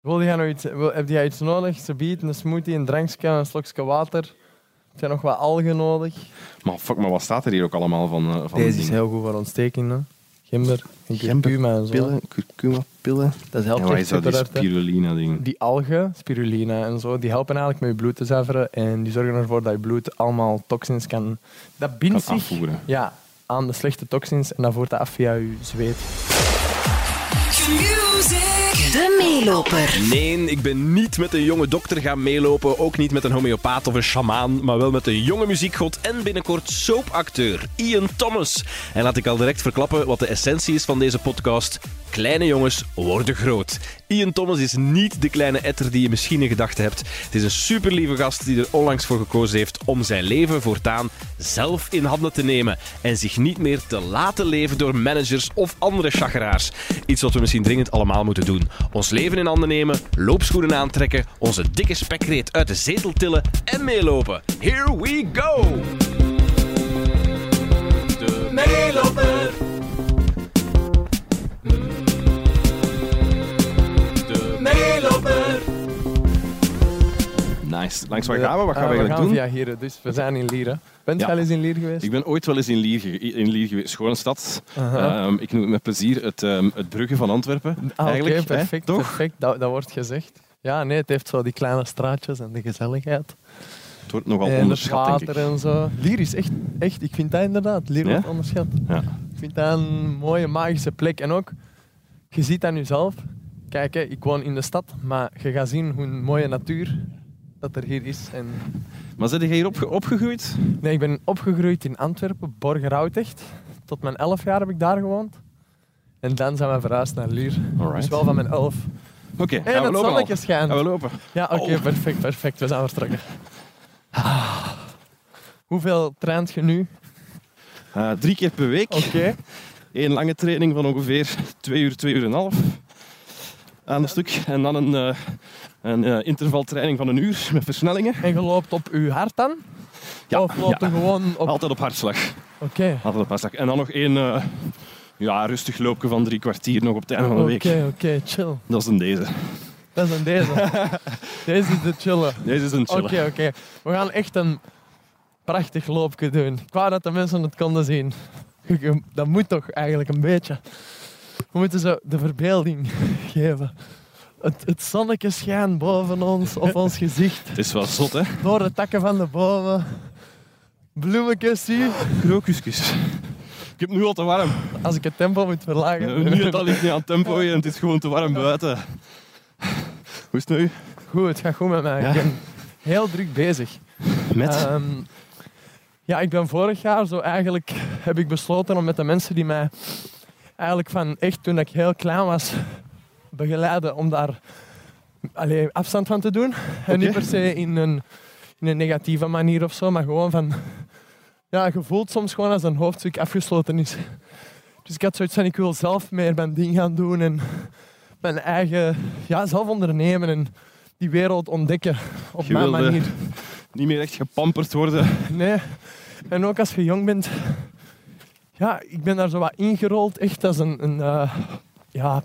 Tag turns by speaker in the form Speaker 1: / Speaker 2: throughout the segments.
Speaker 1: Wil jij nog iets, wil, heb jij iets nodig? Ze bieden een smoothie, een drankje, een slokje water. Heb jij nog wat algen nodig?
Speaker 2: Maar fuck, maar wat staat er hier ook allemaal van? eh, van
Speaker 1: Deze is
Speaker 2: dingen?
Speaker 1: heel goed voor ontstekingen. Gember en
Speaker 2: Gember,
Speaker 1: curcuma en zo.
Speaker 2: Pillen, curcuma, pillen.
Speaker 1: Dat
Speaker 2: En
Speaker 1: helpt
Speaker 2: wat
Speaker 1: echt
Speaker 2: is dat, die
Speaker 1: super hard, hè.
Speaker 2: spirulina-ding?
Speaker 1: Die algen, spirulina en zo, die helpen eigenlijk met je bloed te zuiveren. En die zorgen ervoor dat je bloed allemaal toxins kan... Dat bindt
Speaker 2: Kan
Speaker 1: zich
Speaker 2: afvoeren.
Speaker 1: ja, aan de slechte toxins en dat voert dat af via je zweet.
Speaker 3: De meeloper.
Speaker 4: Nee, ik ben niet met een jonge dokter gaan meelopen. Ook niet met een homeopaat of een sjamaan. Maar wel met een jonge muziekgod en binnenkort soapacteur Ian Thomas. En laat ik al direct verklappen wat de essentie is van deze podcast. Kleine jongens worden groot. Ian Thomas is niet de kleine etter die je misschien in gedachten hebt. Het is een superlieve gast die er onlangs voor gekozen heeft om zijn leven voortaan zelf in handen te nemen. En zich niet meer te laten leven door managers of andere chageraars. Iets wat we misschien dringend allemaal moeten doen. Ons leven in handen nemen, loopschoenen aantrekken, onze dikke spekreet uit de zetel tillen en meelopen. Here we go! De meeloper. De meeloper.
Speaker 2: Nice. Langs waar gaan we? Wat gaan
Speaker 1: Eh,
Speaker 2: we eigenlijk doen?
Speaker 1: via Hieren, dus we zijn in Lieren. Bent je
Speaker 2: Ja.
Speaker 1: al eens in Lier geweest?
Speaker 2: Ik ben ooit wel eens in Lier, ge- in Lier geweest. Schone stad.
Speaker 1: Aha.
Speaker 2: Ehm, ik noem het met plezier het, ehm, het Brugge van Antwerpen.
Speaker 1: Ah, oké,
Speaker 2: Eigenlijk, hè,
Speaker 1: perfect,
Speaker 2: toch?
Speaker 1: perfect. Dat, dat wordt gezegd. Ja, nee, het heeft zo die kleine straatjes en de gezelligheid.
Speaker 2: Het wordt nogal
Speaker 1: en het
Speaker 2: onderschat, denk
Speaker 1: water
Speaker 2: ik.
Speaker 1: en zo. Lier is echt, echt ik vind dat inderdaad, Lier
Speaker 2: Ja?
Speaker 1: wordt onderschat.
Speaker 2: Ja.
Speaker 1: Ik vind dat een mooie, magische plek. En ook, je ziet aan jezelf. Kijk, hè, ik woon in de stad, maar je gaat zien hoe mooie natuur dat er hier is. En...
Speaker 2: Maar zijn jij hier opge- opgegroeid?
Speaker 1: Nee, ik ben opgegroeid in Antwerpen, Borgerhoutecht. Tot mijn 11 jaar heb ik daar gewoond. En dan zijn we verhuisd naar Lier. Dus
Speaker 2: Alright.
Speaker 1: wel van mijn 11.
Speaker 2: Oké,
Speaker 1: En
Speaker 2: gaan we
Speaker 1: het
Speaker 2: lopen al.
Speaker 1: zonnetje schijnt.
Speaker 2: Gaan we lopen.
Speaker 1: Ja, oké,
Speaker 2: Oh.
Speaker 1: perfect, perfect. We zijn vertrokken. Ah. Hoeveel traint je nu?
Speaker 2: Eh, drie keer per week.
Speaker 1: Oké.
Speaker 2: Eén lange training van ongeveer twee uur, twee uur en een half aan een stuk. En dan een, eh, een eh, intervaltraining van een uur met versnellingen.
Speaker 1: En je loopt op uw hart dan?
Speaker 2: Ja,
Speaker 1: of loopt
Speaker 2: ja.
Speaker 1: je gewoon op... Oké.
Speaker 2: Altijd op hartslag. Altijd op hartslag. En dan nog één eh, ja, rustig loopje van drie kwartier nog op het einde van de
Speaker 1: Oké,
Speaker 2: week.
Speaker 1: oké, chill.
Speaker 2: Dat is een deze.
Speaker 1: Dat is een deze. deze is de chillen.
Speaker 2: Deze is een
Speaker 1: Oké,
Speaker 2: chille.
Speaker 1: oké. We gaan echt een prachtig loopje doen. Ik wou dat de mensen het konden zien. Je- je- Dat moet toch eigenlijk een beetje. We moeten ze de verbeelding geven. Het, het zonnetje schijnt boven ons, op ons gezicht.
Speaker 2: Het is wel zot, hè?
Speaker 1: Door de takken van de bomen. Bloemetjes zie.
Speaker 2: Krokuskus. Ik heb nu al te warm.
Speaker 1: Als ik het tempo moet verlagen.
Speaker 2: Nu het al ligt niet aan het tempo en het is gewoon te warm buiten. Hoe is het nu?
Speaker 1: Goed, het gaat goed met mij.
Speaker 2: Ja.
Speaker 1: Ik ben heel druk bezig.
Speaker 2: Met?
Speaker 1: Ehm, ja, ik ben vorig jaar zo eigenlijk heb ik besloten om met de mensen die mij eigenlijk van echt toen ik heel klein was begeleiden om daar allee, afstand van te doen. En niet per se in een, in een negatieve manier of zo, maar gewoon van ja, je voelt soms gewoon als een hoofdstuk afgesloten is. Dus ik had zoiets van ik wil zelf meer mijn ding gaan doen en mijn eigen ja, zelf ondernemen en die wereld ontdekken op
Speaker 2: Je
Speaker 1: mijn
Speaker 2: wilde-
Speaker 1: manier.
Speaker 2: Niet meer echt gepamperd worden.
Speaker 1: Nee. En ook als je jong bent. Ja, ik ben daar zo wat ingerold. Echt als een... een eh, ja,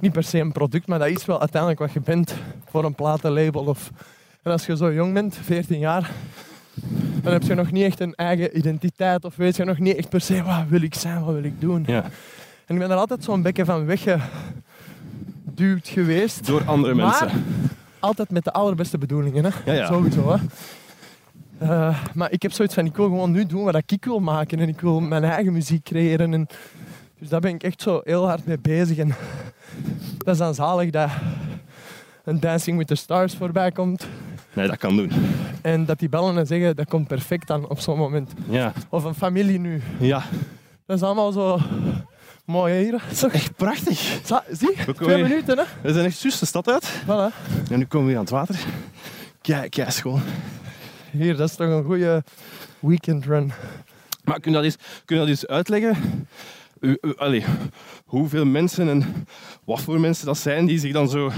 Speaker 1: niet per se een product, maar dat is wel uiteindelijk wat je bent voor een platenlabel. Of... En als je zo jong bent, 14 jaar, dan heb je nog niet echt een eigen identiteit. Of weet je nog niet echt per se, wat wil ik zijn, wat wil ik doen.
Speaker 2: Ja.
Speaker 1: En ik ben er altijd zo'n beetje van weggeduwd geweest
Speaker 2: Door andere
Speaker 1: Maar-
Speaker 2: mensen.
Speaker 1: altijd met de allerbeste bedoelingen. Hè?
Speaker 2: Ja, ja.
Speaker 1: Sowieso. Hè? Eh, maar ik heb zoiets van, ik wil gewoon nu doen wat ik wil maken. En ik wil mijn eigen muziek creëren. En dus daar ben ik echt zo heel hard mee bezig. En dat is dan zalig dat een Dancing with the Stars voorbij komt.
Speaker 2: Nee, dat kan doen.
Speaker 1: En dat die bellen en zeggen, dat komt perfect dan op zo'n moment.
Speaker 2: Ja.
Speaker 1: Of een familie nu.
Speaker 2: Ja.
Speaker 1: Dat is allemaal zo mooi hè, hier. Zo,
Speaker 2: Echt prachtig.
Speaker 1: Zo, zie,
Speaker 2: komen
Speaker 1: twee
Speaker 2: hier.
Speaker 1: minuten hè.
Speaker 2: We zijn echt zus de stad uit.
Speaker 1: Voilà.
Speaker 2: En nu komen we weer aan het water. Kijk, kijk, schoon.
Speaker 1: Hier, dat is toch een goede weekend run.
Speaker 2: Maar kun je dat eens, kun je dat eens uitleggen? U, u- allee, hoeveel mensen en wat voor mensen dat zijn die zich dan zo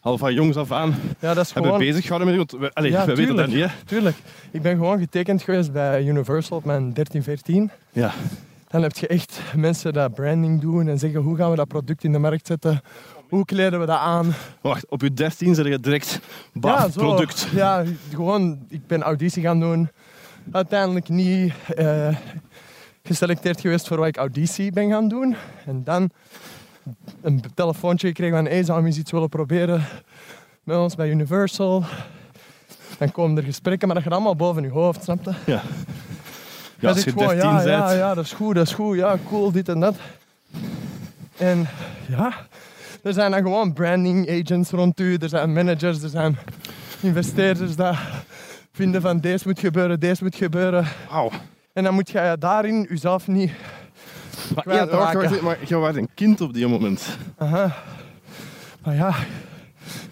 Speaker 2: al van jongs af aan
Speaker 1: Ja, dat is
Speaker 2: hebben
Speaker 1: gewoon...
Speaker 2: bezig gehouden met... Want we, allee,
Speaker 1: Ja,
Speaker 2: we weten dat
Speaker 1: tuurlijk.
Speaker 2: niet, hè?
Speaker 1: Tuurlijk. Ik ben gewoon getekend geweest bij Universal op mijn 13, 14.
Speaker 2: Ja.
Speaker 1: Dan heb je echt mensen die branding doen en zeggen hoe gaan we dat product in de markt zetten. Hoe kleden we dat aan?
Speaker 2: Wacht, op je 13 zit je direct
Speaker 1: ja,
Speaker 2: baaf,
Speaker 1: zo.
Speaker 2: product.
Speaker 1: Ja, gewoon, ik ben auditie gaan doen. Uiteindelijk niet eh, geselecteerd geweest voor wat ik auditie ben gaan doen. En dan een telefoontje gekregen van, hey, zou je eens iets willen proberen met ons bij Universal? Dan komen er gesprekken, maar dat gaat allemaal boven je hoofd, snap je?
Speaker 2: Ja. Ja,
Speaker 1: Ja,
Speaker 2: als
Speaker 1: zegt
Speaker 2: je 13
Speaker 1: gewoon,
Speaker 2: bent,
Speaker 1: ja, ja, ja, dat is goed, dat is goed, ja, cool, dit en dat. En ja, er zijn dan gewoon branding agents rond u, er zijn managers, er zijn investeerders die vinden van deze moet gebeuren, deze moet gebeuren.
Speaker 2: Auw.
Speaker 1: En dan moet je daarin jezelf niet...
Speaker 2: Maar,
Speaker 1: Kwijtraken.
Speaker 2: ja, wacht, wacht, maar je was een kind op die moment.
Speaker 1: Aha. Maar ja,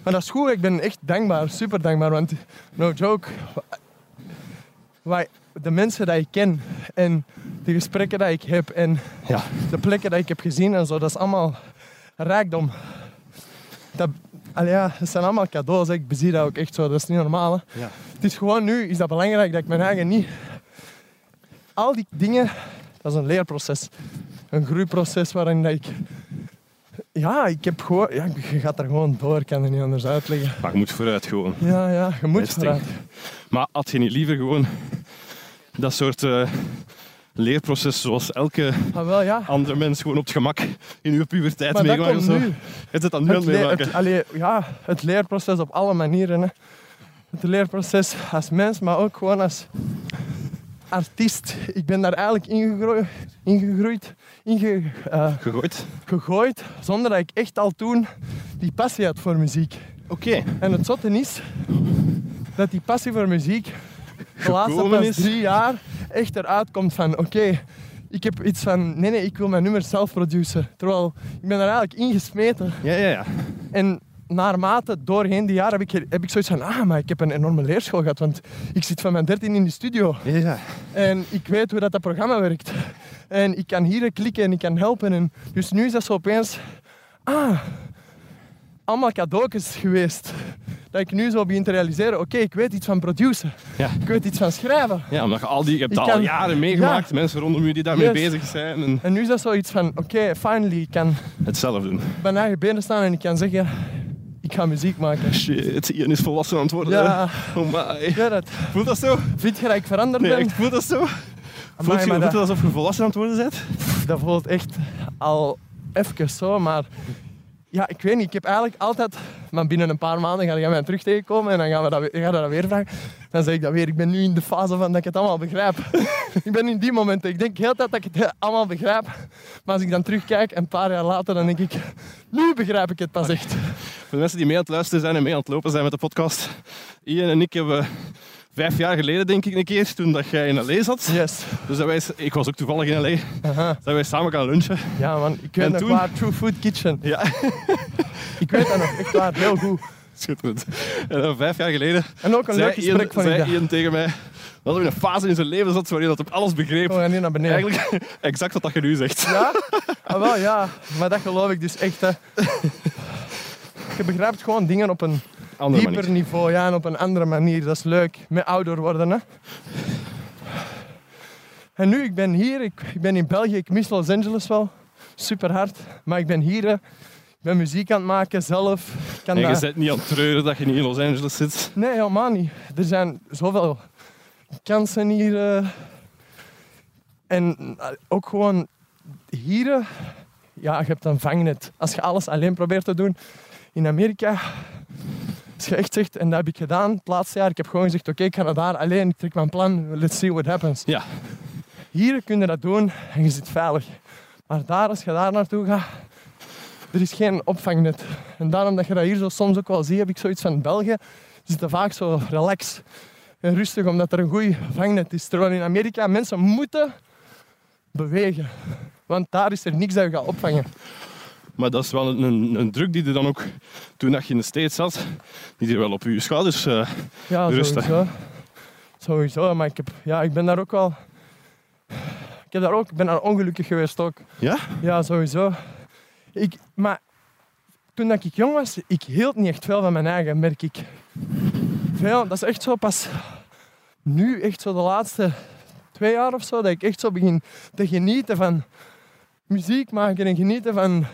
Speaker 1: maar dat is goed, ik ben echt dankbaar, super dankbaar, want no joke, wa- wa- de mensen die ik ken en de gesprekken die ik heb en
Speaker 2: Ja.
Speaker 1: de plekken die ik heb gezien en zo, dat is allemaal rijkdom. Dat, allee, ja, dat zijn allemaal cadeaus. hè. Ik bezie dat ook echt zo. Dat is niet normaal. hè.
Speaker 2: Ja.
Speaker 1: Het is gewoon nu is dat belangrijk dat ik mijn eigen niet. Al die dingen, dat is een leerproces. Een groeiproces waarin dat ik. Ja, ik heb gewoon. Ja, je gaat er gewoon door, ik kan het niet anders uitleggen.
Speaker 2: Maar je moet vooruit gewoon.
Speaker 1: Ja, ja, je moet
Speaker 2: Best ding.
Speaker 1: vooruit.
Speaker 2: Maar had je niet liever gewoon dat soort eh, leerproces zoals elke
Speaker 1: Maar Ah, wel ja.
Speaker 2: andere mens gewoon op het gemak in uw puberteit
Speaker 1: Maar dat
Speaker 2: meegemaakt of
Speaker 1: komt
Speaker 2: zo?
Speaker 1: nu.
Speaker 2: Is het dan nu aan
Speaker 1: Het,
Speaker 2: het
Speaker 1: leer,
Speaker 2: meemaken?
Speaker 1: het, allee, ja, het leerproces op alle manieren. Hè. Het leerproces als mens, maar ook gewoon als artiest. Ik ben daar eigenlijk ingegroeid, ingegroeid inge, eh,
Speaker 2: Gegooid?
Speaker 1: gegooid, zonder dat ik echt al toen die passie had voor muziek.
Speaker 2: Oké.
Speaker 1: En het zotte is dat die passie voor muziek de laatste
Speaker 2: Gekomen
Speaker 1: pas
Speaker 2: is.
Speaker 1: drie jaar echt eruit komt van oké, ik heb iets van nee, nee, ik wil mijn nummers zelf produceren. Terwijl ik ben er eigenlijk ingesmeten.
Speaker 2: Ja, ja, ja.
Speaker 1: En naarmate doorheen die jaren heb ik, heb ik zoiets van, ah, maar ik heb een enorme leerschool gehad, want ik zit van mijn 13 in de studio
Speaker 2: Ja, ja.
Speaker 1: en ik weet hoe dat, dat programma werkt. En ik kan hier klikken en ik kan helpen. En dus nu is dat zo opeens, ah, allemaal cadeautjes geweest. Dat ik nu zo begin te realiseren, oké, ik weet iets van produceren,
Speaker 2: Ja.
Speaker 1: ik weet iets van schrijven.
Speaker 2: Ja, omdat je al die, je hebt
Speaker 1: Ik
Speaker 2: al
Speaker 1: kan-
Speaker 2: jaren meegemaakt,
Speaker 1: Ja.
Speaker 2: mensen rondom u die
Speaker 1: Yes.
Speaker 2: daarmee bezig zijn en
Speaker 1: En nu is dat zoiets van, oké, finally, ik kan
Speaker 2: het zelf doen.
Speaker 1: op mijn eigen benen staan en ik kan zeggen, ik ga muziek maken.
Speaker 2: Shit, Ian is volwassen aan het worden.
Speaker 1: Ja.
Speaker 2: Oh my.
Speaker 1: Ja, dat.
Speaker 2: Voelt dat zo?
Speaker 1: Vind je dat ik veranderd
Speaker 2: Nee,
Speaker 1: ben?
Speaker 2: echt, voelt dat zo? Voelt
Speaker 1: maar
Speaker 2: je, voelt
Speaker 1: dat-
Speaker 2: het alsof je volwassen aan het worden bent?
Speaker 1: dat voelt echt al even zo, maar ja, ik weet niet. Ik heb eigenlijk altijd, maar binnen een paar maanden ga je mij terug tegenkomen en dan gaan we dat, we- gaan we dat weer vragen. Dan zeg ik dat weer. Ik ben nu in de fase van dat ik het allemaal begrijp. ik ben in die momenten. Ik denk heel de tijd dat ik het allemaal begrijp, maar als ik dan terugkijk een paar jaar later, dan denk ik, nu begrijp ik het pas echt.
Speaker 2: Voor de mensen die mee aan het luisteren zijn en mee aan het lopen zijn met de podcast. Ian en ik hebben vijf jaar geleden, denk ik, een keer, toen dat jij in L.A. zat.
Speaker 1: Yes.
Speaker 2: Dus dat wij, ik was ook toevallig in L.A.
Speaker 1: Aha.
Speaker 2: Dat wij samen gaan lunchen.
Speaker 1: Ja man, ik weet
Speaker 2: En
Speaker 1: nog
Speaker 2: toen?
Speaker 1: waar True Food Kitchen.
Speaker 2: Ja,
Speaker 1: Ik weet dat nog echt waar, heel goed.
Speaker 2: schitterend. En dan vijf jaar geleden
Speaker 1: En ook een
Speaker 2: zei,
Speaker 1: leuk gesprek
Speaker 2: Ian,
Speaker 1: van ik
Speaker 2: zei
Speaker 1: dat.
Speaker 2: Ian tegen mij dat hij in een fase in zijn leven zat waarin dat hij alles begreep.
Speaker 1: We gaan hier naar beneden.
Speaker 2: Eigenlijk exact wat dat je nu zegt.
Speaker 1: Ja? Ah, wel ja, maar dat geloof ik dus echt. Hè. Je begrijpt gewoon dingen op een
Speaker 2: Andere
Speaker 1: dieper
Speaker 2: manier.
Speaker 1: niveau, ja, en op een andere manier. Dat is leuk, met ouder worden. Hè. En nu, ik ben hier, ik, ik ben in België, ik mis Los Angeles wel, super hard. Maar ik ben hier, hè. ik ben muziek aan het maken zelf. Ik kan
Speaker 2: En je
Speaker 1: dat-
Speaker 2: bent niet aan het treuren dat je niet in Los Angeles zit.
Speaker 1: Nee, helemaal niet. Er zijn zoveel kansen hier. eh. En eh, ook gewoon hier. eh, Ja, je hebt een vangnet. Als je alles alleen probeert te doen in Amerika. Als je echt zegt, en dat heb ik gedaan het laatste jaar. Ik heb gewoon gezegd, oké, ik ga naar daar alleen. Ik trek mijn plan. Let's see what happens.
Speaker 2: Ja,
Speaker 1: Hier kun je dat doen en je zit veilig. Maar daar, als je daar naartoe gaat, er is geen opvangnet. En daarom dat je dat hier zo soms ook wel ziet, heb ik zoiets van België. Ze zitten vaak zo relaxed en rustig, omdat er een goed vangnet is. Terwijl in Amerika mensen moeten bewegen. Want daar is er niks dat je gaat opvangen.
Speaker 2: maar dat is wel een, een, een druk die er dan ook, toen dat je in de States zat, die er wel op je schouders... eh,
Speaker 1: Ja,
Speaker 2: Rustig.
Speaker 1: sowieso. Sowieso, maar ik, heb, ja, ik ben daar ook wel... Ik heb daar ook, ik ben daar ongelukkig geweest ook.
Speaker 2: ja?
Speaker 1: Ja, sowieso. Ik, maar toen dat ik jong was, ik hield niet echt veel van mijn eigen, merk ik. Veel, dat is echt zo pas nu, echt zo de laatste twee jaar of zo, dat ik echt zo begin te genieten van muziek maken en genieten van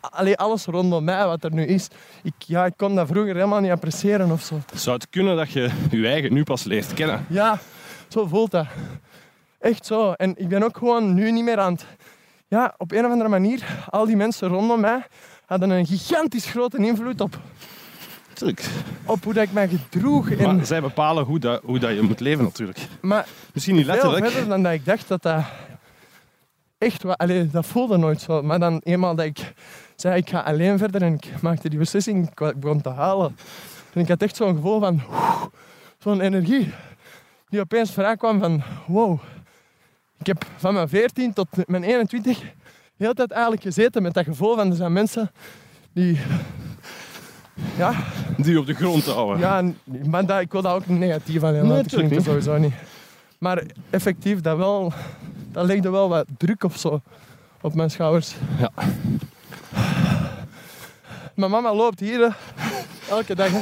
Speaker 1: allee, alles rondom mij wat er nu is. Ik, ja, ik kon dat vroeger helemaal niet appreciëren of zo.
Speaker 2: Zou het kunnen dat je je eigen nu pas leert kennen?
Speaker 1: Ja, zo voelt dat. Echt zo. En ik ben ook gewoon nu niet meer aan het... Ja, op een of andere manier, al die mensen rondom mij hadden een gigantisch grote invloed op,
Speaker 2: Natuurlijk.
Speaker 1: op hoe dat ik mij gedroeg. En,
Speaker 2: Maar
Speaker 1: maar
Speaker 2: zij bepalen hoe, dat, hoe dat je moet leven natuurlijk. Misschien niet
Speaker 1: veel
Speaker 2: letterlijk.
Speaker 1: verder dan dat ik dacht dat dat... Echt, wa- allee, dat voelde nooit zo. Maar dan eenmaal dat ik zei, ik ga alleen verder en ik maakte die beslissing, ik wa- begon te halen. En ik had echt zo'n gevoel van, oeh, zo'n energie. Die opeens vrijkwam van, wow. Ik heb van mijn 14 tot mijn 21 heel de hele tijd eigenlijk gezeten met dat gevoel van, er zijn mensen die... Ja,
Speaker 2: Die op de grond te houden.
Speaker 1: ja, n- maar dat, ik wil daar ook niet negatief aan
Speaker 2: Nee,
Speaker 1: helemaal. ik
Speaker 2: tuurlijk
Speaker 1: vind het sowieso niet. Maar effectief, dat, wel, dat legde wel wat druk of zo op mijn schouders.
Speaker 2: Ja.
Speaker 1: Mijn mama loopt hier hè, elke dag. hè.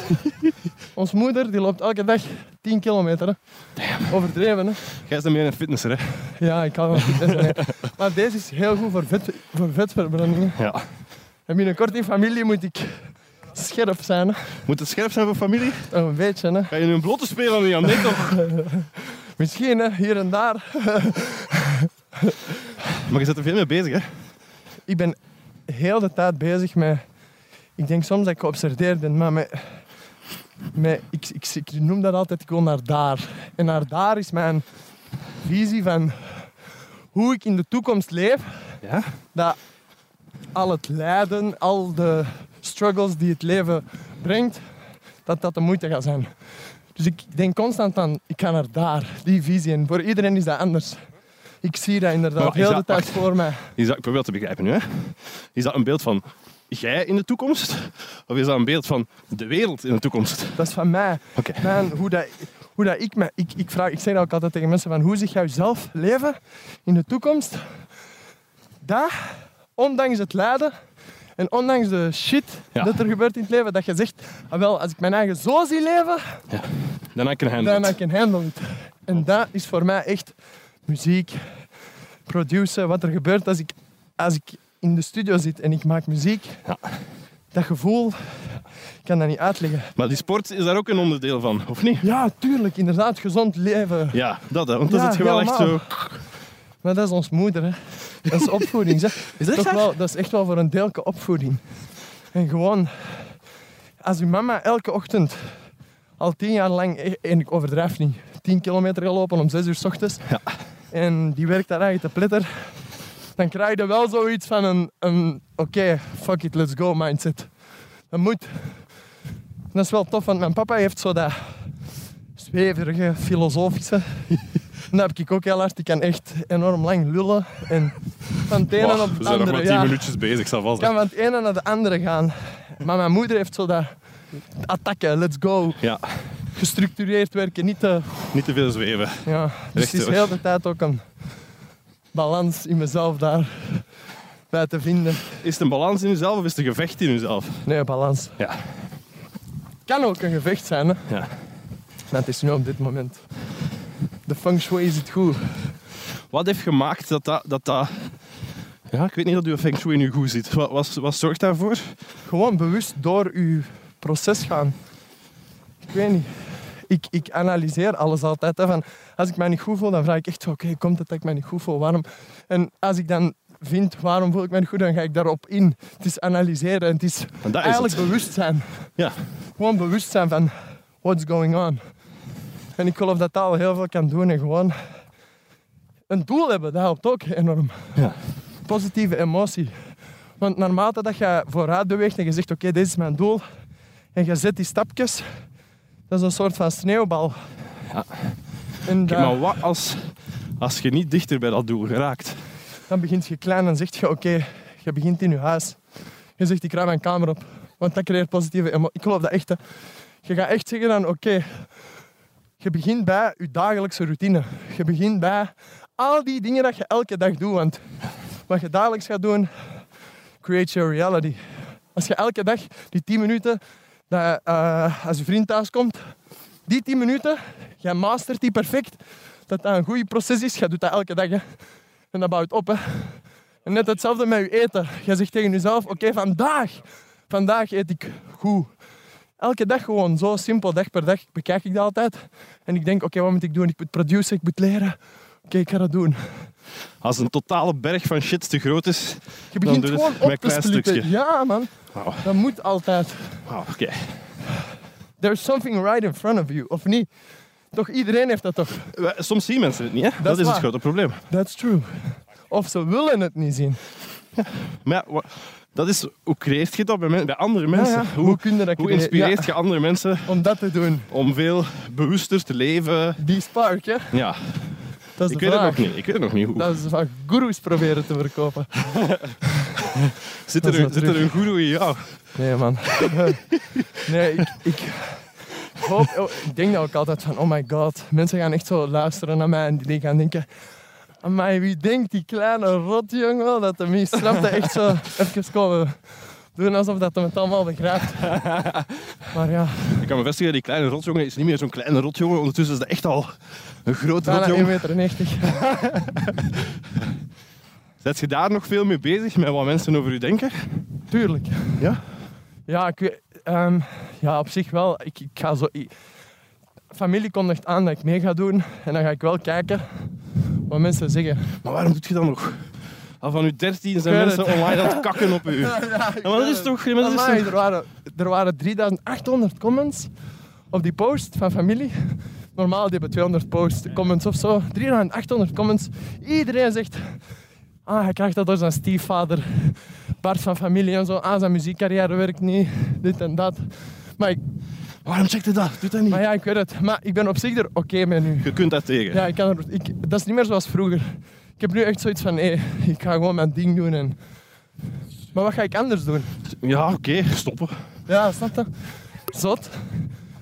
Speaker 1: Ons moeder die loopt elke dag 10 kilometer. hè. Overdreven, hè?
Speaker 2: Jij is dan meer een fitnesser, hè?
Speaker 1: Ja, ik kan wel fitness. nee. Maar deze is heel goed voor, vet, voor vetverbrandingen.
Speaker 2: Ja.
Speaker 1: En binnenkort in familie moet ik scherp zijn. Hè?
Speaker 2: Moet het scherp zijn voor familie?
Speaker 1: Toch Een beetje, hè?
Speaker 2: Ga je nu een blote spelen niet aan dit toch?
Speaker 1: Misschien hè, hier en daar.
Speaker 2: Maar je zit er veel mee bezig, hè?
Speaker 1: ik ben heel de tijd bezig met... Ik denk soms dat ik geobsedeerd ben, maar met, met, ik, ik, ik noem dat altijd, ik wil naar daar. En naar daar is mijn visie van hoe ik in de toekomst leef.
Speaker 2: Ja?
Speaker 1: Dat al het lijden, al de struggles die het leven brengt, dat dat de moeite gaat zijn. Dus ik denk constant aan, ik ga naar daar, die visie. En voor iedereen is dat anders. Ik zie dat
Speaker 2: Maar
Speaker 1: inderdaad
Speaker 2: is
Speaker 1: heel de
Speaker 2: dat-
Speaker 1: tijd voor mij.
Speaker 2: Is dat, ik probeer het te begrijpen nu, hè? Is dat een beeld van jij in de toekomst? Of is dat een beeld van de wereld in de toekomst?
Speaker 1: Dat is van mij.
Speaker 2: Oké.
Speaker 1: Mijn- hoe dat, hoe dat ik, me, ik, ik, vraag, ik zeg dat ook altijd tegen mensen van hoe zich jij zelf leven in de toekomst. Dat, ondanks het lijden en ondanks de shit
Speaker 2: Ja.
Speaker 1: dat er gebeurt in het leven, dat je zegt, ah wel, als ik mijn eigen zo zie leven,
Speaker 2: Daarna kan hij
Speaker 1: dan
Speaker 2: niet.
Speaker 1: kan ik handle it. En dat is voor mij echt muziek, produceren, wat er gebeurt als ik, als ik in de studio zit en ik maak muziek.
Speaker 2: Ja.
Speaker 1: Dat gevoel, ik kan dat niet uitleggen.
Speaker 2: Maar die sport is daar ook een onderdeel van, of niet?
Speaker 1: Ja, tuurlijk, inderdaad, gezond leven.
Speaker 2: Ja, dat hè. Want dat
Speaker 1: Ja,
Speaker 2: is het gewoon echt zo...
Speaker 1: helemaal. Maar dat is ons moeder, hè. Dat is opvoeding, zeg.
Speaker 2: Is
Speaker 1: Toch wel, dat is echt wel voor een deelke opvoeding. En gewoon, als uw mama elke ochtend al tien jaar lang, e- en ik overdrijf niet, tien kilometer gelopen om zes uur 's ochtends, en die werkt daar eigenlijk te pletter, dan krijg je wel zoiets van een, een oké, fuck it, let's go mindset. Dat moet. Dat is wel tof, want mijn papa heeft zo dat zweverige, filosofische. En dat heb ik ook heel hard. Ik kan echt enorm lang lullen. En van het ene
Speaker 2: Wauw,
Speaker 1: op
Speaker 2: we
Speaker 1: het
Speaker 2: zijn nog
Speaker 1: andere.
Speaker 2: maar tien
Speaker 1: ja.
Speaker 2: minuutjes bezig, zal vast.
Speaker 1: Ik kan van het ene naar de andere gaan. Maar mijn moeder heeft zo dat attacken, let's go,
Speaker 2: Ja,
Speaker 1: gestructureerd werken, niet te...
Speaker 2: niet te veel zweven.
Speaker 1: Ja, dus
Speaker 2: Recht
Speaker 1: het is
Speaker 2: door.
Speaker 1: heel de tijd ook een balans in mezelf daar bij te vinden.
Speaker 2: Is het een balans in jezelf of is het een gevecht in jezelf?
Speaker 1: Nee, balans.
Speaker 2: Ja.
Speaker 1: Kan ook een gevecht zijn, hè.
Speaker 2: ja.
Speaker 1: Maar het is nu op dit moment. De feng shui is het goed.
Speaker 2: Wat heeft gemaakt dat dat... dat, dat ja, ik weet niet dat uw feng shui nu goed zit. Wat, wat, wat zorgt daarvoor?
Speaker 1: Gewoon bewust door uw proces gaan. Ik weet niet. Ik, ik analyseer alles altijd. Hè, van, als ik mij niet goed voel, dan vraag ik echt: zo, oké, komt het dat ik mij niet goed voel? Waarom? En als ik dan vind waarom voel ik mij niet goed, dan ga ik daarop in. Het is analyseren en het is,
Speaker 2: En dat is
Speaker 1: eigenlijk
Speaker 2: het.
Speaker 1: bewustzijn.
Speaker 2: Ja.
Speaker 1: Gewoon bewustzijn van what's going on. En ik geloof dat dat al heel veel kan doen en gewoon een doel hebben, dat helpt ook enorm.
Speaker 2: Ja.
Speaker 1: Positieve emotie. Want naarmate dat je vooruit beweegt en je zegt, oké, dit is mijn doel, en je zet die stapjes, dat is een soort van sneeuwbal.
Speaker 2: Ja.
Speaker 1: En
Speaker 2: Oké,
Speaker 1: daar-
Speaker 2: maar wat als, als je niet dichter bij dat doel geraakt?
Speaker 1: dan begint je klein en zegt je, oké, je begint in je huis. Je zegt, ik ruim mijn kamer op. Want dat creëert positieve emotie. Ik geloof dat echt, hè. Je gaat echt zeggen dan, oké, je begint bij je dagelijkse routine. Je begint bij al die dingen dat je elke dag doet. Want wat je dagelijks gaat doen, create your reality. Als je elke dag die 10 minuten, dat, eh, als je vriend thuis komt, die 10 minuten, jij mastert die perfect. Dat dat een goed proces is, je doet dat elke dag. Hè. En dat bouwt op. Hè. En net hetzelfde met je eten. Je zegt tegen jezelf, oké, vandaag, vandaag eet ik goed. Elke dag gewoon, zo simpel, dag per dag bekijk ik dat altijd. En ik denk, oké, wat moet ik doen? Ik moet produceren, ik moet leren. Oké, ik ga dat doen.
Speaker 2: Als een totale berg van shit te groot is,
Speaker 1: Je
Speaker 2: Dan
Speaker 1: begint
Speaker 2: doe je het
Speaker 1: gewoon
Speaker 2: met
Speaker 1: op
Speaker 2: een
Speaker 1: te
Speaker 2: klein
Speaker 1: splitten.
Speaker 2: stukje.
Speaker 1: Ja, man.
Speaker 2: Wauw.
Speaker 1: Dat moet altijd.
Speaker 2: wauw,
Speaker 1: Ah,
Speaker 2: oké.
Speaker 1: There's something right in front of you, of niet? Toch, iedereen heeft dat toch?
Speaker 2: We- Soms zien mensen het niet, hè? Dat, is
Speaker 1: waar.
Speaker 2: het grote probleem.
Speaker 1: That's true. Of ze willen het niet zien.
Speaker 2: Maar ja, wa- dat is, hoe creëert je dat bij, men- bij andere
Speaker 1: Ja,
Speaker 2: mensen?
Speaker 1: Nou ja. Hoe,
Speaker 2: Hoe,
Speaker 1: kun je dat
Speaker 2: hoe
Speaker 1: creëren?
Speaker 2: inspireert
Speaker 1: Ja,
Speaker 2: je andere mensen
Speaker 1: Om dat te doen.
Speaker 2: om veel bewuster te leven?
Speaker 1: Die spark, hè?
Speaker 2: Ja,
Speaker 1: Dat is
Speaker 2: ik
Speaker 1: de
Speaker 2: weet het
Speaker 1: vraag.
Speaker 2: nog niet. Ik weet het nog niet hoe.
Speaker 1: Dat is van goeroes proberen te verkopen.
Speaker 2: Zit
Speaker 1: dat
Speaker 2: er,
Speaker 1: is
Speaker 2: een,
Speaker 1: wat
Speaker 2: zit er
Speaker 1: terug.
Speaker 2: een guru in jou?
Speaker 1: Nee, man. nee, ik, ik hoop... oh, ik denk dat ook altijd van, oh my god. Mensen gaan echt zo luisteren naar mij en die gaan denken... Amai, wie denkt die kleine rotjongen wel dat hem is? Snap je? Echt zo even komen doen alsof dat hem het allemaal begrijpt. Maar ja,
Speaker 2: Ik kan bevestigen, die kleine rotjongen is niet meer zo'n kleine rotjongen. Ondertussen is dat echt al een grote
Speaker 1: bijna 1,90
Speaker 2: rotjongen.
Speaker 1: meter.
Speaker 2: Zet je daar nog veel mee bezig, met wat mensen over u denken?
Speaker 1: Tuurlijk.
Speaker 2: Ja?
Speaker 1: Ja, ik weet, ehm, ja, op zich wel. Ik, ik ga zo, ik- familie kondigt aan dat ik mee ga doen. En dan ga ik wel kijken wat mensen zeggen.
Speaker 2: Maar waarom doet je dat nog? Al van uw dertien zijn
Speaker 1: Ik weet
Speaker 2: mensen online aan het kakken op u. Ja, maar dat is toch... Maar dat is
Speaker 1: Amai,
Speaker 2: toch
Speaker 1: er, waren, er waren 3800 comments op die post van familie. Normaal die hebben 200 post, comments of zo. 3800 comments. Iedereen zegt... Ah, hij krijgt dat door zijn stiefvader. Part van familie en zo. Ah, zijn muziekcarrière werkt niet. Dit en dat. Maar ik,
Speaker 2: waarom checkt je dat? Doet dat niet.
Speaker 1: Maar ja, ik weet het. Maar ik ben op zich er oké mee nu.
Speaker 2: Je kunt dat tegen.
Speaker 1: Ja, ik kan er, ik, dat is niet meer zoals vroeger. Ik heb nu echt zoiets van, hé, ik ga gewoon mijn ding doen. En... Maar wat ga ik anders doen?
Speaker 2: Ja, oké, stoppen.
Speaker 1: Ja, snap je? Zot?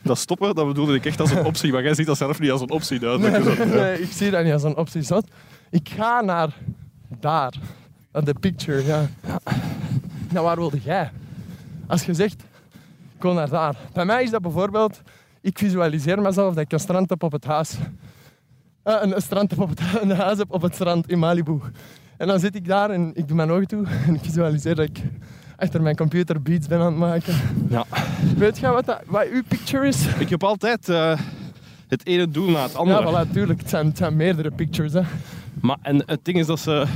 Speaker 2: Dat stoppen, dat bedoelde ik echt als een optie, maar jij ziet dat zelf niet als een optie duidelijk.
Speaker 1: Nee, nee, Dus, eh, ik zie dat niet als een optie. Zot? Ik ga naar daar. Naar de picture, ja. Nou, waar wilde jij? Als je zegt, ik wil naar daar. Bij mij is dat bijvoorbeeld, ik visualiseer mezelf dat ik een strand heb op het huis. Eh, een, een strand heb op het een huis heb op het strand in Malibu. En dan zit ik daar en ik doe mijn ogen toe en ik visualiseer dat ik achter mijn computer beats ben aan het maken.
Speaker 2: Ja.
Speaker 1: Weet je wat, dat, wat uw picture is?
Speaker 2: Ik heb altijd eh, het ene doel na het andere.
Speaker 1: Ja, voilà, tuurlijk. Het zijn, het zijn meerdere pictures. Hè.
Speaker 2: maar, en het ding is dat ze...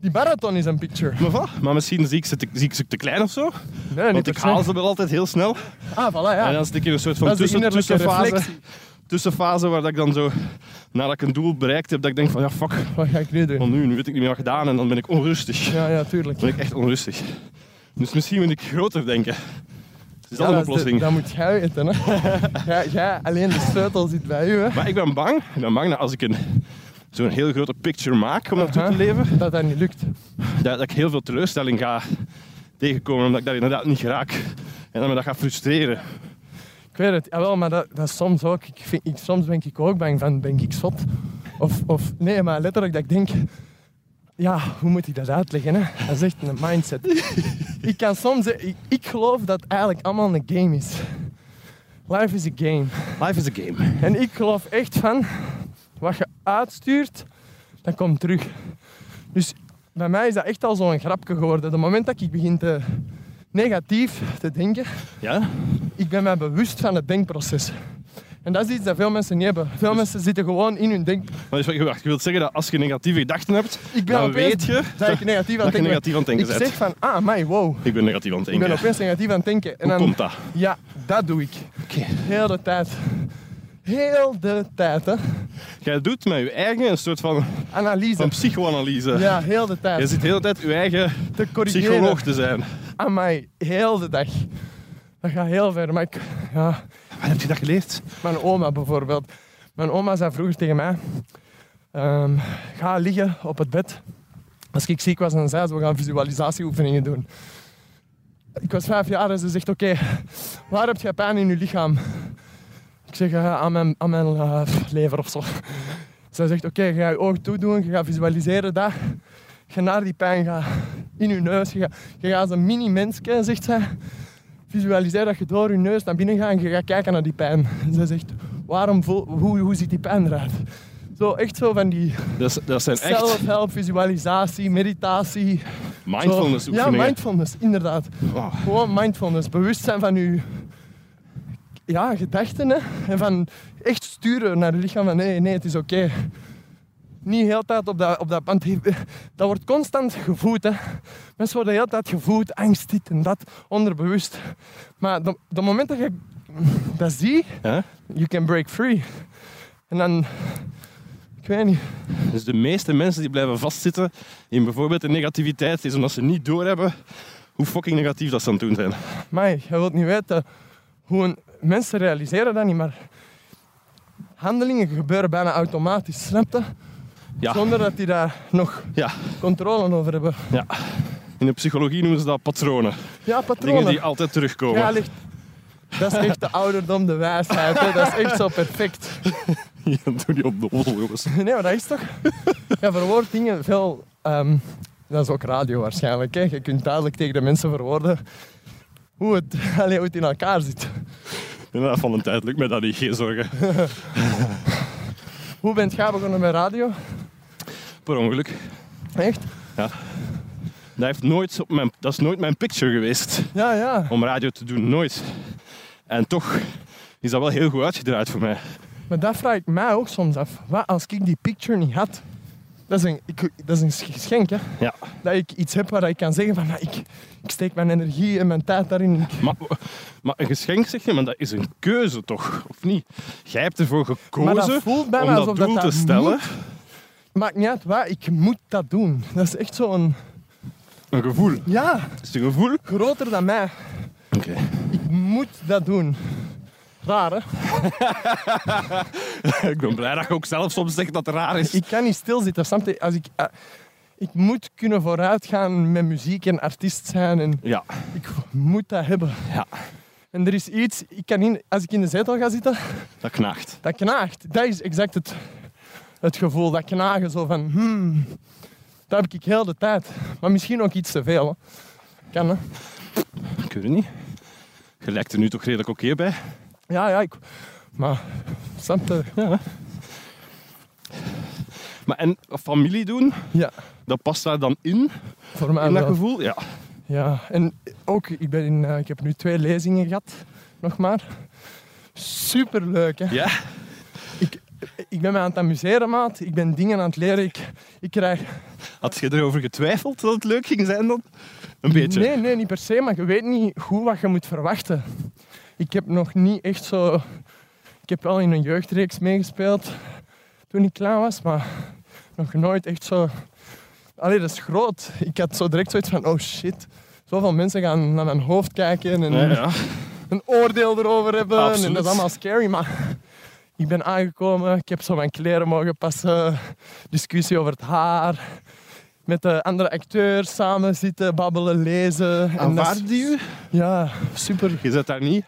Speaker 1: Die marathon is een picture.
Speaker 2: Maar, wat? maar misschien zie ik, ze te, zie ik ze te klein of zo.
Speaker 1: Nee, niet
Speaker 2: Want
Speaker 1: per
Speaker 2: ik
Speaker 1: se.
Speaker 2: haal ze wel altijd heel snel.
Speaker 1: Ah, voilà, ja.
Speaker 2: En dan zit ik in een soort van
Speaker 1: Dat is de
Speaker 2: tussen,
Speaker 1: innerlijke
Speaker 2: tussenfase,
Speaker 1: reflectie.
Speaker 2: tussenfase waar dat ik dan zo, nadat ik een doel bereikt heb, dat ik denk van ja fuck,
Speaker 1: Wat ga Oh, ik nu doen?
Speaker 2: want nu, nu weet ik niet meer wat gedaan en dan ben ik onrustig.
Speaker 1: Ja, ja, tuurlijk.
Speaker 2: Dan ben ik echt onrustig. Dus misschien moet ik groter denken. Is dat
Speaker 1: Ja,
Speaker 2: een
Speaker 1: is de-
Speaker 2: oplossing?
Speaker 1: dat moet jij weten, hè. jij, jij, alleen de sleutel zit bij u, hè.
Speaker 2: Maar ik ben bang, ik ben bang dat als ik een, zo'n heel grote picture maak om naartoe
Speaker 1: Aha.
Speaker 2: te leven,
Speaker 1: Dat dat niet lukt.
Speaker 2: dat, dat ik heel veel teleurstelling ga tegenkomen omdat ik daar inderdaad niet raak. En dat me dat gaat frustreren.
Speaker 1: Ik weet het, jawel, maar dat, dat is soms ook. Ik vind, ik, soms ben ik ook bang van, ben ik zot? Of, of nee, maar letterlijk dat ik denk, ja, hoe moet ik dat uitleggen? Hè? Dat is echt een mindset. ik kan soms, ik, ik geloof dat het eigenlijk allemaal een game is. Life is a game.
Speaker 2: Life is a game.
Speaker 1: En ik geloof echt van, wat je uitstuurt, dat komt terug. Dus bij mij is dat echt al zo'n grapje geworden. Het moment dat ik begin te negatief te denken,
Speaker 2: Ja?
Speaker 1: ik ben mij bewust van het denkproces. En dat is iets dat veel mensen niet hebben.
Speaker 2: Dus
Speaker 1: Veel mensen zitten gewoon in hun denk.
Speaker 2: Maar dus, wacht, je wilt zeggen dat als je negatieve gedachten hebt,
Speaker 1: Ik ben
Speaker 2: dan
Speaker 1: opeens
Speaker 2: weet je
Speaker 1: dat ik negatief aan
Speaker 2: dat
Speaker 1: het
Speaker 2: je
Speaker 1: denken
Speaker 2: negatief aan het
Speaker 1: ben.
Speaker 2: denken
Speaker 1: Ik
Speaker 2: bent.
Speaker 1: zeg van, ah, mij, wow.
Speaker 2: Ik ben negatief aan het
Speaker 1: Ik
Speaker 2: denken.
Speaker 1: ben opeens negatief aan het denken. En
Speaker 2: Hoe
Speaker 1: dan,
Speaker 2: komt dat?
Speaker 1: ja, dat doe ik. Heel de tijd. Heel de tijd, hè.
Speaker 2: Jij doet met je eigen een soort van,
Speaker 1: Analyse.
Speaker 2: van psychoanalyse.
Speaker 1: Ja, heel de
Speaker 2: Je
Speaker 1: tijd.
Speaker 2: zit de hele tijd je eigen
Speaker 1: Te corrigeren.
Speaker 2: psycholoog te zijn.
Speaker 1: aan mij heel de dag. Dat gaat heel ver. Maar ik, ja,
Speaker 2: Waar heb je dat geleerd?
Speaker 1: mijn oma bijvoorbeeld. Mijn oma zei vroeger tegen mij: ehm, Ga liggen op het bed. Als ik ziek was, dan zei ze: We gaan visualisatieoefeningen doen. Ik was vijf jaar en ze zegt: Oké, waar heb jij pijn in je lichaam? Ik zeg: "Eh, Aan mijn, aan mijn eh, lever of zo. Zij zegt: Oké, ga je oog toedoen, je gaat visualiseren dat je naar die pijn gaat. In je neus. Je gaat, je gaat als een mini-mensje, zegt zij. Visualiseer dat je door je neus naar binnen gaat en je gaat kijken naar die pijn. En zij zegt, waarom voel, hoe, hoe ziet die pijn eruit? Zo echt zo van die
Speaker 2: Dat, is- dat zijn echt
Speaker 1: self-help, visualisatie, meditatie.
Speaker 2: mindfulness
Speaker 1: Zo- Ja,
Speaker 2: oefeningen.
Speaker 1: mindfulness, inderdaad.
Speaker 2: Oh,
Speaker 1: Gewoon mindfulness. Bewustzijn van uw ja, gedachten. Hè. En van echt sturen naar je lichaam van nee, nee, het is oké. Niet heel de tijd op dat, op dat... Want die- dat wordt constant gevoed. Hè. Mensen worden de hele tijd gevoed. Angst, dit en dat. Onderbewust. Maar de, de moment dat je dat ziet,
Speaker 2: hè?
Speaker 1: you can break free. En dan... Ik weet niet.
Speaker 2: Dus de meeste mensen die blijven vastzitten in bijvoorbeeld de negativiteit, is omdat ze niet doorhebben hoe fucking negatief dat ze aan het doen zijn.
Speaker 1: Maar je wilt niet weten hoe een- mensen realiseren dat niet, maar handelingen gebeuren bijna automatisch, snap je?
Speaker 2: Ja,
Speaker 1: Zonder dat die daar nog
Speaker 2: ja,
Speaker 1: controle over hebben.
Speaker 2: ja. In de psychologie noemen ze dat patronen.
Speaker 1: Ja,
Speaker 2: Dingen
Speaker 1: patronen.
Speaker 2: die altijd terugkomen.
Speaker 1: Ja, ligt. Dat is echt de ouderdom, de wijsheid. hè. Dat is echt zo perfect.
Speaker 2: Ja, doe die op de hol, jongens.
Speaker 1: Nee, maar dat is toch... Ja, verwoord dingen veel... ehm, dat is ook radio waarschijnlijk. Hè. Je kunt duidelijk tegen de mensen verwoorden hoe het, allee, hoe het in elkaar zit.
Speaker 2: Inderdaad, van een tijd lukt mij dat niet, geen zorgen.
Speaker 1: Hoe bent jij begonnen met radio?
Speaker 2: Per ongeluk.
Speaker 1: Echt?
Speaker 2: Dat, heeft nooit op mijn, dat is nooit mijn picture geweest
Speaker 1: Ja, ja.
Speaker 2: om radio te doen, nooit. En toch is dat wel heel goed uitgedraaid voor mij.
Speaker 1: Maar dat vraag ik mij ook soms af. Wat als ik die picture niet had? Dat is een, ik, dat is een geschenk, hè?
Speaker 2: Ja.
Speaker 1: Dat ik iets heb waar ik kan zeggen van, nou, ik, ik steek mijn energie en mijn tijd daarin. Ik-
Speaker 2: Maar, maar een geschenk zeg je, maar dat is een keuze toch, of niet? Jij hebt ervoor gekozen
Speaker 1: Maar dat voelt bijna
Speaker 2: om dat
Speaker 1: alsof dat
Speaker 2: doel
Speaker 1: dat
Speaker 2: te stellen.
Speaker 1: moet. Maakt niet uit waar, ik moet dat doen. Dat is echt zo'n...
Speaker 2: Een gevoel. Het
Speaker 1: Ja,
Speaker 2: is een gevoel. Oké.
Speaker 1: groter dan mij. Ik moet dat doen. Raar, hè?
Speaker 2: Ik ben blij dat je ook zelf soms zegt dat het raar is.
Speaker 1: Ik kan niet stilzitten. Snap je? Als ik... eh, ik moet kunnen vooruitgaan met muziek en artiest zijn en...
Speaker 2: Ja.
Speaker 1: Ik moet dat hebben.
Speaker 2: Ja.
Speaker 1: En er is iets, ik kan in, als ik in de zetel ga zitten,
Speaker 2: Dat knaagt.
Speaker 1: dat knaagt. Dat is exact het, het gevoel, dat knagen zo van, hmm, dat heb ik heel de tijd. Maar misschien ook iets te veel. Hè. Kan, hè.
Speaker 2: Ik weet het niet. Je lijkt er nu toch redelijk oké bij.
Speaker 1: Ja, ja, ik... Maar, snap je?
Speaker 2: Ja. Maar en familie doen,
Speaker 1: Ja,
Speaker 2: dat past daar dan in,
Speaker 1: voor mij
Speaker 2: in dat
Speaker 1: Ah, wel.
Speaker 2: gevoel? Ja.
Speaker 1: Ja, en ook, ik, ben in, eh, ik heb nu twee lezingen gehad, nog maar. Superleuk, hè.
Speaker 2: Ja?
Speaker 1: Ik, ik ben me aan het amuseren, maat. Ik ben dingen aan het leren. Ik, ik krijg
Speaker 2: Had je erover getwijfeld dat het leuk ging zijn dan? Een beetje.
Speaker 1: Nee, nee, niet per se, maar je weet niet goed wat je moet verwachten. Ik heb nog niet echt zo... Ik heb wel in een jeugdreeks meegespeeld toen ik klaar was, maar nog nooit echt zo... Allee, dat is groot. Ik had zo direct zoiets van, oh shit. Zoveel mensen gaan naar mijn hoofd kijken en
Speaker 2: Ja, ja.
Speaker 1: een oordeel erover hebben. En
Speaker 2: Absoluut.
Speaker 1: dat is allemaal scary, maar... Ik ben aangekomen, ik heb zo mijn kleren mogen passen. Discussie over het haar. Met de andere acteurs samen zitten, babbelen, lezen. En dat is-
Speaker 2: Aanvaarden die u?
Speaker 1: ja, super.
Speaker 2: Je zet daar niet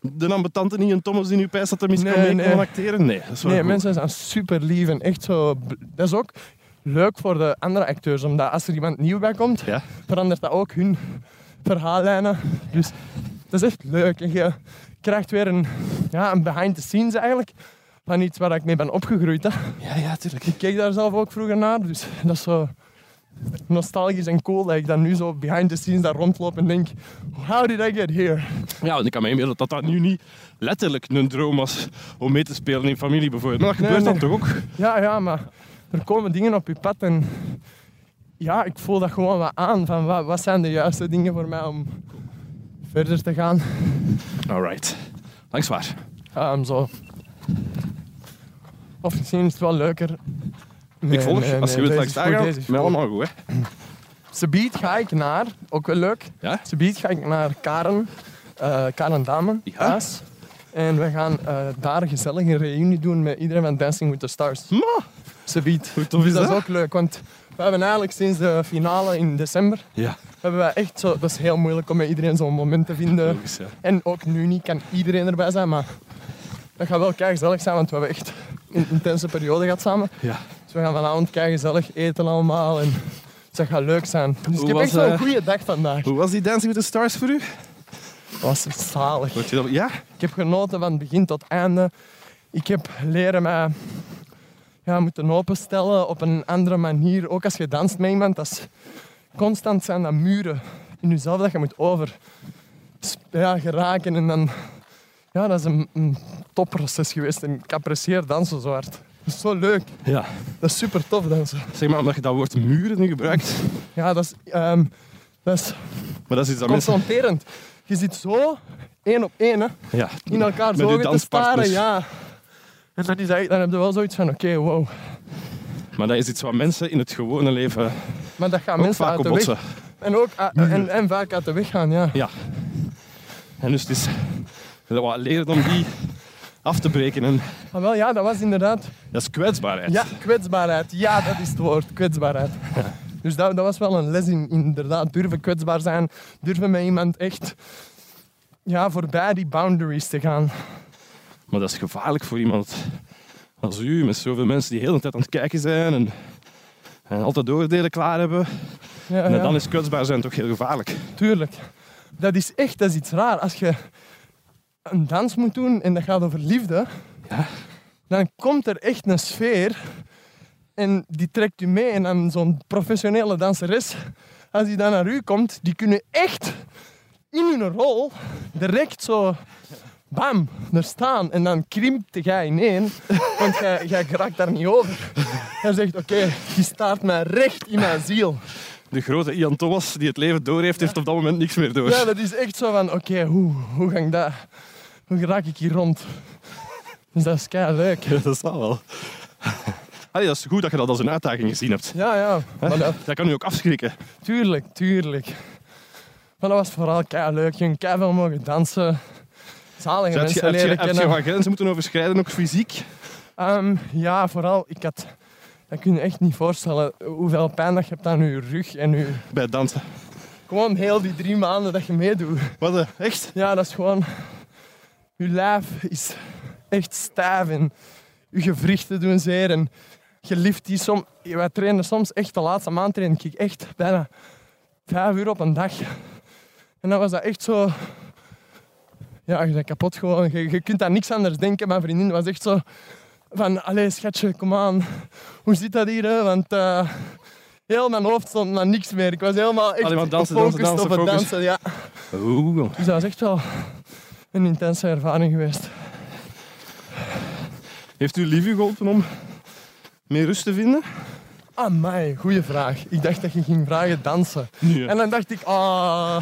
Speaker 2: de ambetante niet en Thomas die nu pijs dat er misschien
Speaker 1: Nee,
Speaker 2: mee
Speaker 1: nee.
Speaker 2: kon acteren. Nee, dat is wel
Speaker 1: Nee,
Speaker 2: goed.
Speaker 1: mensen zijn super lief en echt zo. bl- Dat is ook leuk voor de andere acteurs, omdat als er iemand nieuw bij komt,
Speaker 2: Ja.
Speaker 1: verandert dat ook hun verhaallijnen. Dus dat is echt leuk. En je krijgt weer een, ja, een behind the scenes eigenlijk van iets waar ik mee ben opgegroeid. Hè.
Speaker 2: ja, ja, tuurlijk.
Speaker 1: Ik keek daar zelf ook vroeger naar, dus dat is zo nostalgisch en cool dat ik dan nu zo behind the scenes daar rondloop en denk, how did I get here?
Speaker 2: Ja, want ik kan me inbeelden dat dat nu niet letterlijk een droom was om mee te spelen in familie bijvoorbeeld. Maar dat
Speaker 1: Nee,
Speaker 2: gebeurt
Speaker 1: nee.
Speaker 2: dan toch ook?
Speaker 1: Ja, ja, maar er komen dingen op je pad en ja, ik voel dat gewoon wat aan. Van wat, wat zijn de juiste dingen voor mij om verder te gaan?
Speaker 2: Alright. Langs waar.
Speaker 1: Ehm, zo. Of misschien is het wel leuker. Nee,
Speaker 2: ik volg.
Speaker 1: nee,
Speaker 2: Als je
Speaker 1: nee, deze
Speaker 2: wilt langs
Speaker 1: is
Speaker 2: daar
Speaker 1: goed,
Speaker 2: gaan,
Speaker 1: deze is
Speaker 2: mij
Speaker 1: goed.
Speaker 2: allemaal goed, hè.
Speaker 1: Ze biedt ga ik naar, ook wel leuk.
Speaker 2: Ja?
Speaker 1: Ze biedt ga ik naar Karen, eh Karen Damen,
Speaker 2: Ja.
Speaker 1: thuis. En we gaan eh, daar gezellig een reunie doen met iedereen van Dancing with the Stars.
Speaker 2: Ma!
Speaker 1: Ze biedt.
Speaker 2: Hoe tof is
Speaker 1: Dus dat is
Speaker 2: dat?
Speaker 1: ook leuk, want we hebben eigenlijk sinds de finale in december
Speaker 2: Ja.
Speaker 1: hebben wij echt zo. Dat is heel moeilijk om met iedereen zo'n moment te vinden.
Speaker 2: Logisch, ja.
Speaker 1: En ook nu niet kan iedereen erbij zijn, maar dat gaat wel gezellig zijn, want we hebben echt een intense periode gehad samen.
Speaker 2: ja.
Speaker 1: Dus we gaan vanavond gezellig eten allemaal en dus dat gaat leuk zijn. Dus
Speaker 2: Hoe
Speaker 1: ik heb
Speaker 2: was,
Speaker 1: echt wel
Speaker 2: eh,
Speaker 1: een goede dag vandaag.
Speaker 2: Hoe was die Dancing with the Stars voor u?
Speaker 1: Dat was zalig.
Speaker 2: Wordt je dat... Ja?
Speaker 1: Ik heb genoten van begin tot einde. Ik heb leren mij ja, moeten openstellen op een andere manier. Ook als je danst met iemand, dat is constant zijn dat muren in jezelf dat je moet over ja, geraken. En dan, ja, dat is een, een topproces geweest. En ik apprecieer dansen zo hard. Dat is zo leuk.
Speaker 2: Ja.
Speaker 1: Dat is super tof dansen.
Speaker 2: Zeg maar omdat je dat woord muren nu gebruikt.
Speaker 1: Ja, dat is, ehm, dat is
Speaker 2: Maar dat is iets dat mensen...
Speaker 1: confronterend. Je zit zo één op één hè,
Speaker 2: Ja.
Speaker 1: in elkaar
Speaker 2: Met
Speaker 1: zo
Speaker 2: je
Speaker 1: te staren.
Speaker 2: danspartners.
Speaker 1: Ja. En dan, is dat, dan heb je wel zoiets van: oké, wow.
Speaker 2: Maar dat is iets wat mensen in het gewone leven
Speaker 1: Maar dat gaan
Speaker 2: ook
Speaker 1: mensen
Speaker 2: vaak
Speaker 1: uit
Speaker 2: op
Speaker 1: de weg.
Speaker 2: botsen.
Speaker 1: En, ook, a- en, en vaak uit de weg gaan, ja.
Speaker 2: Ja. En dus het is wat leren om die af te breken. En
Speaker 1: Maar Ah, wel, ja, dat was inderdaad.
Speaker 2: dat is kwetsbaarheid.
Speaker 1: Ja, kwetsbaarheid. Ja, dat is het woord, kwetsbaarheid. Dus dat, dat was wel een les in, inderdaad, durven kwetsbaar zijn. Durven met iemand echt ja, voorbij die boundaries te gaan.
Speaker 2: Maar dat is gevaarlijk voor iemand als u, met zoveel mensen die heel de tijd aan het kijken zijn en, en altijd oordelen klaar hebben.
Speaker 1: Ja,
Speaker 2: En
Speaker 1: Ah, ja.
Speaker 2: dan is kwetsbaar zijn toch heel gevaarlijk.
Speaker 1: Tuurlijk. Dat is echt dat is iets raar. Als je een dans moet doen en dat gaat over liefde,
Speaker 2: Ja.
Speaker 1: dan komt er echt een sfeer en die trekt u mee. En dan zo'n professionele danseres, als die dan naar u komt, die kunnen echt in hun rol direct zo bam, er staan. En dan krimpt jij ineen, want jij, jij raakt daar niet over. Hij zegt, oké, die staart mij recht in mijn ziel.
Speaker 2: De grote Ian Thomas die het leven door heeft, heeft op dat moment niks meer door.
Speaker 1: Ja, dat is echt zo van, oké, hoe, hoe ga ik dat... Hoe raak ik hier rond? Dus dat is kei leuk.
Speaker 2: Ja, dat zal wel. Allee, dat is goed dat je dat als een uitdaging gezien hebt.
Speaker 1: Ja, ja. Maar dat,
Speaker 2: Dat kan u ook afschrikken.
Speaker 1: tuurlijk, tuurlijk. Maar dat was vooral kei leuk. Je kei veel mogen dansen. Zalige
Speaker 2: Heb je,
Speaker 1: mensen
Speaker 2: heb, je,
Speaker 1: leren
Speaker 2: heb je
Speaker 1: kennen.
Speaker 2: wat grenzen moeten overschrijden, ook fysiek?
Speaker 1: Ehm, ja, vooral, ik had... Dat kun je echt niet voorstellen hoeveel pijn dat je hebt aan je rug en je...
Speaker 2: Bij dansen.
Speaker 1: Gewoon heel die drie maanden dat je meedoet.
Speaker 2: Wat, eh, echt?
Speaker 1: Ja, dat is gewoon. Je lijf is echt stijf en je gewrichten doen zeer. En je lift die soms. Wij trainen soms echt de laatste maand train ik echt bijna vijf uur op een dag. En dan was dat echt zo. Ja, je bent kapot gewoon. Je, je kunt aan niks anders denken. Mijn vriendin was echt zo van, allee schatje, kom aan. Hoe zit dat hier? Hè? Want eh, heel mijn hoofd stond naar niks meer. Ik was helemaal echt
Speaker 2: Allee, maar dansen, dansen,
Speaker 1: gefocust
Speaker 2: dansen,
Speaker 1: op het
Speaker 2: focus.
Speaker 1: dansen. Ja.
Speaker 2: Oeh.
Speaker 1: Dus dat is echt wel een intense ervaring geweest.
Speaker 2: Heeft u Livio geholpen om meer rust te vinden?
Speaker 1: Amai, goede vraag. Ik dacht dat je ging vragen dansen.
Speaker 2: Nee.
Speaker 1: En dan dacht ik, ah...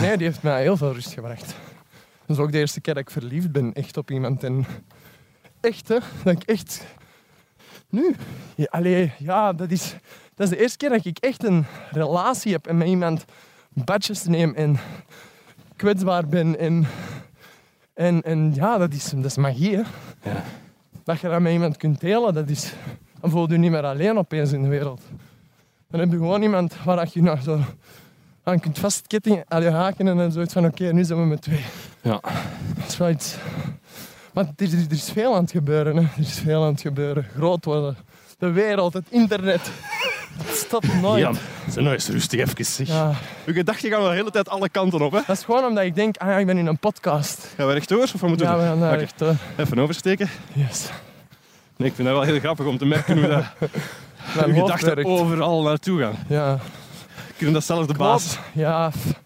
Speaker 1: Nee, die heeft mij heel veel rust gebracht. Dat is ook de eerste keer dat ik verliefd ben, echt op iemand. En echt, hè, dat ik echt... Nu? Ja, allee, ja, dat is, dat is de eerste keer dat ik echt een relatie heb en met iemand badjes neem en kwetsbaar ben. En, en, en ja, dat is, dat is magie, hè.
Speaker 2: Ja.
Speaker 1: dat je dat met iemand kunt delen, dat is... Dan voel je je niet meer alleen opeens in de wereld. Dan heb je gewoon iemand waar dat je nou zo aan kunt vastkettingen, aan je haken en dan zoiets van oké, nu zijn we met twee.
Speaker 2: Ja.
Speaker 1: Dat is wel iets... Maar er, is- er is veel aan het gebeuren, hè. Er is veel aan het gebeuren. Groot worden. De wereld, het internet. Het stopt nooit.
Speaker 2: Jan, zijn nou eens rustig even, zeg.
Speaker 1: Ja.
Speaker 2: Uw gedachten gaan wel de hele tijd alle kanten op, hè?
Speaker 1: Dat is gewoon omdat ik denk, ah ja, ik ben in een podcast.
Speaker 2: Gaan we rechtdoor? Of wat moeten
Speaker 1: Ja, we gaan daar
Speaker 2: Oké,
Speaker 1: echt... eh,
Speaker 2: Even oversteken.
Speaker 1: yes.
Speaker 2: Nee, ik vind dat wel heel grappig om te merken hoe dat
Speaker 1: Mijn
Speaker 2: uw
Speaker 1: hoofd
Speaker 2: gedachten
Speaker 1: werkt.
Speaker 2: overal naartoe gaan.
Speaker 1: Ja.
Speaker 2: Kunnen datzelfde
Speaker 1: Klopt.
Speaker 2: basis.
Speaker 1: Ja. f-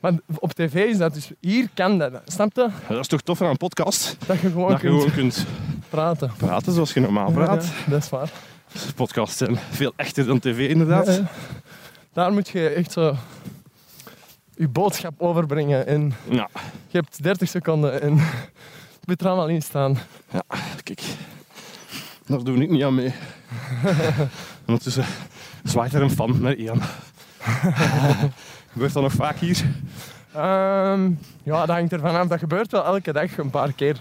Speaker 1: Maar op tv is dat dus... Hier kan dat. Snap je?
Speaker 2: Dat is toch tof aan een podcast?
Speaker 1: Dat je gewoon
Speaker 2: Dat je
Speaker 1: kunt
Speaker 2: gewoon kunt
Speaker 1: praten.
Speaker 2: praten zoals je normaal praat.
Speaker 1: Ja, dat is waar.
Speaker 2: Podcasts zijn veel echter dan tv, inderdaad.
Speaker 1: Ja, ja. Daar moet je echt zo je boodschap overbrengen. En
Speaker 2: Ja,
Speaker 1: je hebt 30 seconden en het moet er allemaal in staan.
Speaker 2: kijk. Daar doe ik niet aan mee. Ondertussen zwaait er een fan naar Ian. Gebeurt dat nog vaak hier?
Speaker 1: Ehm, ja, dat hangt ervan af. Dat gebeurt wel elke dag een paar keer.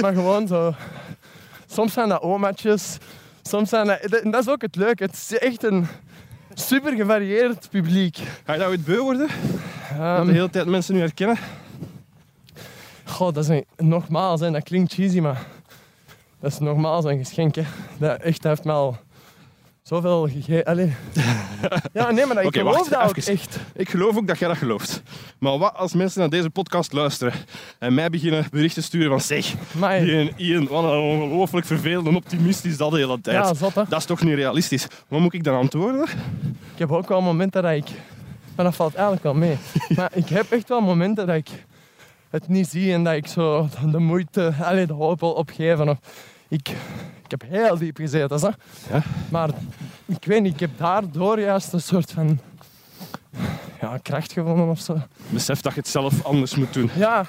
Speaker 1: maar gewoon zo. Soms zijn dat omaatjes. Soms zijn dat... En dat is ook het leuke. Het is echt een super gevarieerd publiek.
Speaker 2: Ga je nou ooit beu worden?
Speaker 1: Ehm,
Speaker 2: Dat de hele tijd mensen nu herkennen?
Speaker 1: Goh, dat is een, nogmaals, hè, dat klinkt cheesy, maar dat is nogmaals een geschenk. Hè. Dat, echt, dat heeft me al zoveel gegeven. Allee. Ja, nee, maar dat- ik
Speaker 2: Oké,
Speaker 1: geloof
Speaker 2: wacht,
Speaker 1: dat ook
Speaker 2: even.
Speaker 1: echt.
Speaker 2: Ik geloof ook dat jij dat gelooft. Maar wat als mensen naar deze podcast luisteren en mij beginnen berichten sturen van zeg,
Speaker 1: Maar
Speaker 2: Ian, Ian, wat een ongelooflijk vervelend en optimistisch dat de hele tijd.
Speaker 1: ja, zot hè.
Speaker 2: Dat is toch niet realistisch? Wat moet ik dan antwoorden?
Speaker 1: Ik heb ook wel momenten dat ik... Maar dat valt eigenlijk wel mee. Maar ik heb echt wel momenten dat ik het niet zie en dat ik zo de moeite, allee, de hoop wil opgeven. Of ik, ik heb heel diep gezeten, hè.
Speaker 2: Ja.
Speaker 1: Maar ik weet niet, ik heb daardoor juist een soort van... Ja, kracht gevonden of zo.
Speaker 2: Besef dat je het zelf anders moet doen.
Speaker 1: Ja,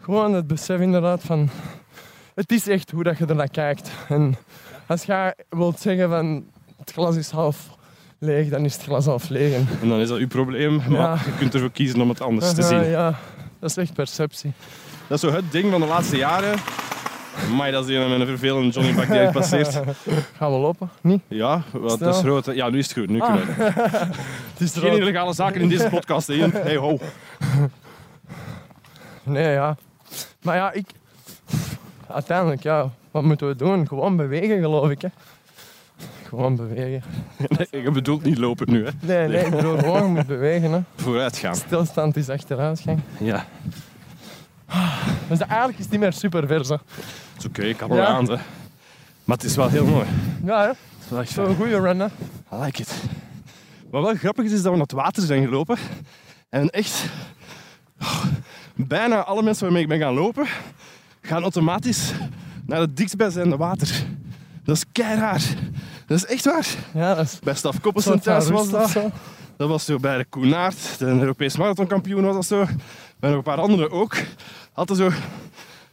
Speaker 1: gewoon het besef inderdaad van... Het is echt hoe dat je ernaar kijkt. En als jij wilt zeggen van het glas is half leeg, dan is het glas half leeg. En,
Speaker 2: En dan is dat uw probleem, maar
Speaker 1: Ja.
Speaker 2: je kunt ervoor kiezen om het anders te
Speaker 1: Aha,
Speaker 2: zien.
Speaker 1: Ja, dat is echt perceptie.
Speaker 2: Dat is zo het ding van de laatste jaren. Maar dat is die met een vervelende Johnny Bak die passeert.
Speaker 1: Gaan we lopen? Niet?
Speaker 2: Ja,
Speaker 1: Snel.
Speaker 2: wat,
Speaker 1: Ah.
Speaker 2: dat is rood. hè. Ja, nu is het goed. Nu kunnen we.
Speaker 1: Het is
Speaker 2: Geen illegale zaken in deze podcast, hè, Ian. Hey ho.
Speaker 1: Nee, ja. Maar ja, ik... Uiteindelijk, ja. Wat moeten we doen? Gewoon bewegen, geloof ik, hè. Gewoon bewegen.
Speaker 2: Nee, je bedoelt niet lopen nu, hè.
Speaker 1: Nee, nee, ik bedoel, gewoon je moet bewegen, hè.
Speaker 2: Vooruitgaan.
Speaker 1: Stilstand is achteruitgang.
Speaker 2: Ja.
Speaker 1: Dus dat- eigenlijk is het niet meer super vers, hè.
Speaker 2: Het is oké, ik kan wel
Speaker 1: Ja.
Speaker 2: aan, hè. Maar het is wel heel mooi.
Speaker 1: Ja, hè.
Speaker 2: Het is wel echt
Speaker 1: Zo'n goede run, hè.
Speaker 2: I like it. Wat wel grappig is, is dat we naar het water zijn gelopen. En echt... oh, bijna alle mensen waarmee ik ben gaan lopen, gaan automatisch naar het dichtstbijzijnde water. Dat is keiraar. Dat is echt waar.
Speaker 1: Ja, dat is...
Speaker 2: Bij Staf
Speaker 1: een
Speaker 2: Koppelsen
Speaker 1: soort van
Speaker 2: thuis was
Speaker 1: rust of
Speaker 2: dat.
Speaker 1: zo.
Speaker 2: Dat was zo bij de Koenaert, de Europees marathonkampioen was dat zo. Bij nog een paar anderen ook. Altijd zo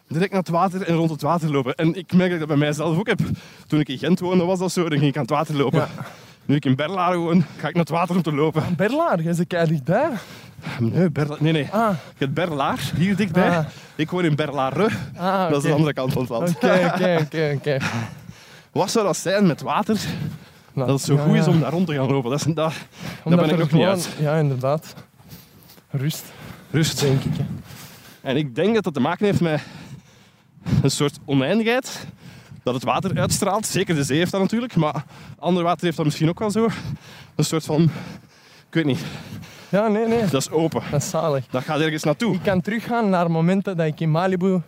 Speaker 2: direct naar het water en rond het water lopen. En ik merk dat ik dat bij mijzelf ook heb. Toen ik in Gent woonde was dat zo, dan ging ik aan het water lopen. Nu ik in Berlaren woon, ga ik naar het water om te lopen.
Speaker 1: Berlaar, jij zit kei dichtbij.
Speaker 2: Nee, Berla nee, nee.
Speaker 1: Ah,
Speaker 2: Het Berlaar, hier dichtbij.
Speaker 1: Ah.
Speaker 2: Ik woon in Berlare,
Speaker 1: ah,
Speaker 2: dat is de
Speaker 1: oké.
Speaker 2: andere kant van het land.
Speaker 1: Oké, oké, oké, oké.
Speaker 2: Wat zou dat zijn met water,
Speaker 1: Nou,
Speaker 2: dat het zo
Speaker 1: ja,
Speaker 2: goed is
Speaker 1: ja.
Speaker 2: om daar rond te gaan lopen? Dat is, dat, daar
Speaker 1: Omdat
Speaker 2: ben ik
Speaker 1: er
Speaker 2: nog niet
Speaker 1: gewoon-
Speaker 2: uit.
Speaker 1: Ja, inderdaad. Rust,
Speaker 2: Rust.
Speaker 1: denk ik. hè.
Speaker 2: En ik denk dat dat te maken heeft met een soort oneindigheid. Dat het water uitstraalt. Zeker de zee heeft dat natuurlijk. Maar ander water heeft dat misschien ook wel zo. Een soort van... Ik weet niet.
Speaker 1: Ja, nee, nee.
Speaker 2: Dat is open.
Speaker 1: Dat is zalig.
Speaker 2: Dat gaat ergens naartoe.
Speaker 1: Ik kan teruggaan naar momenten dat ik in Malibu...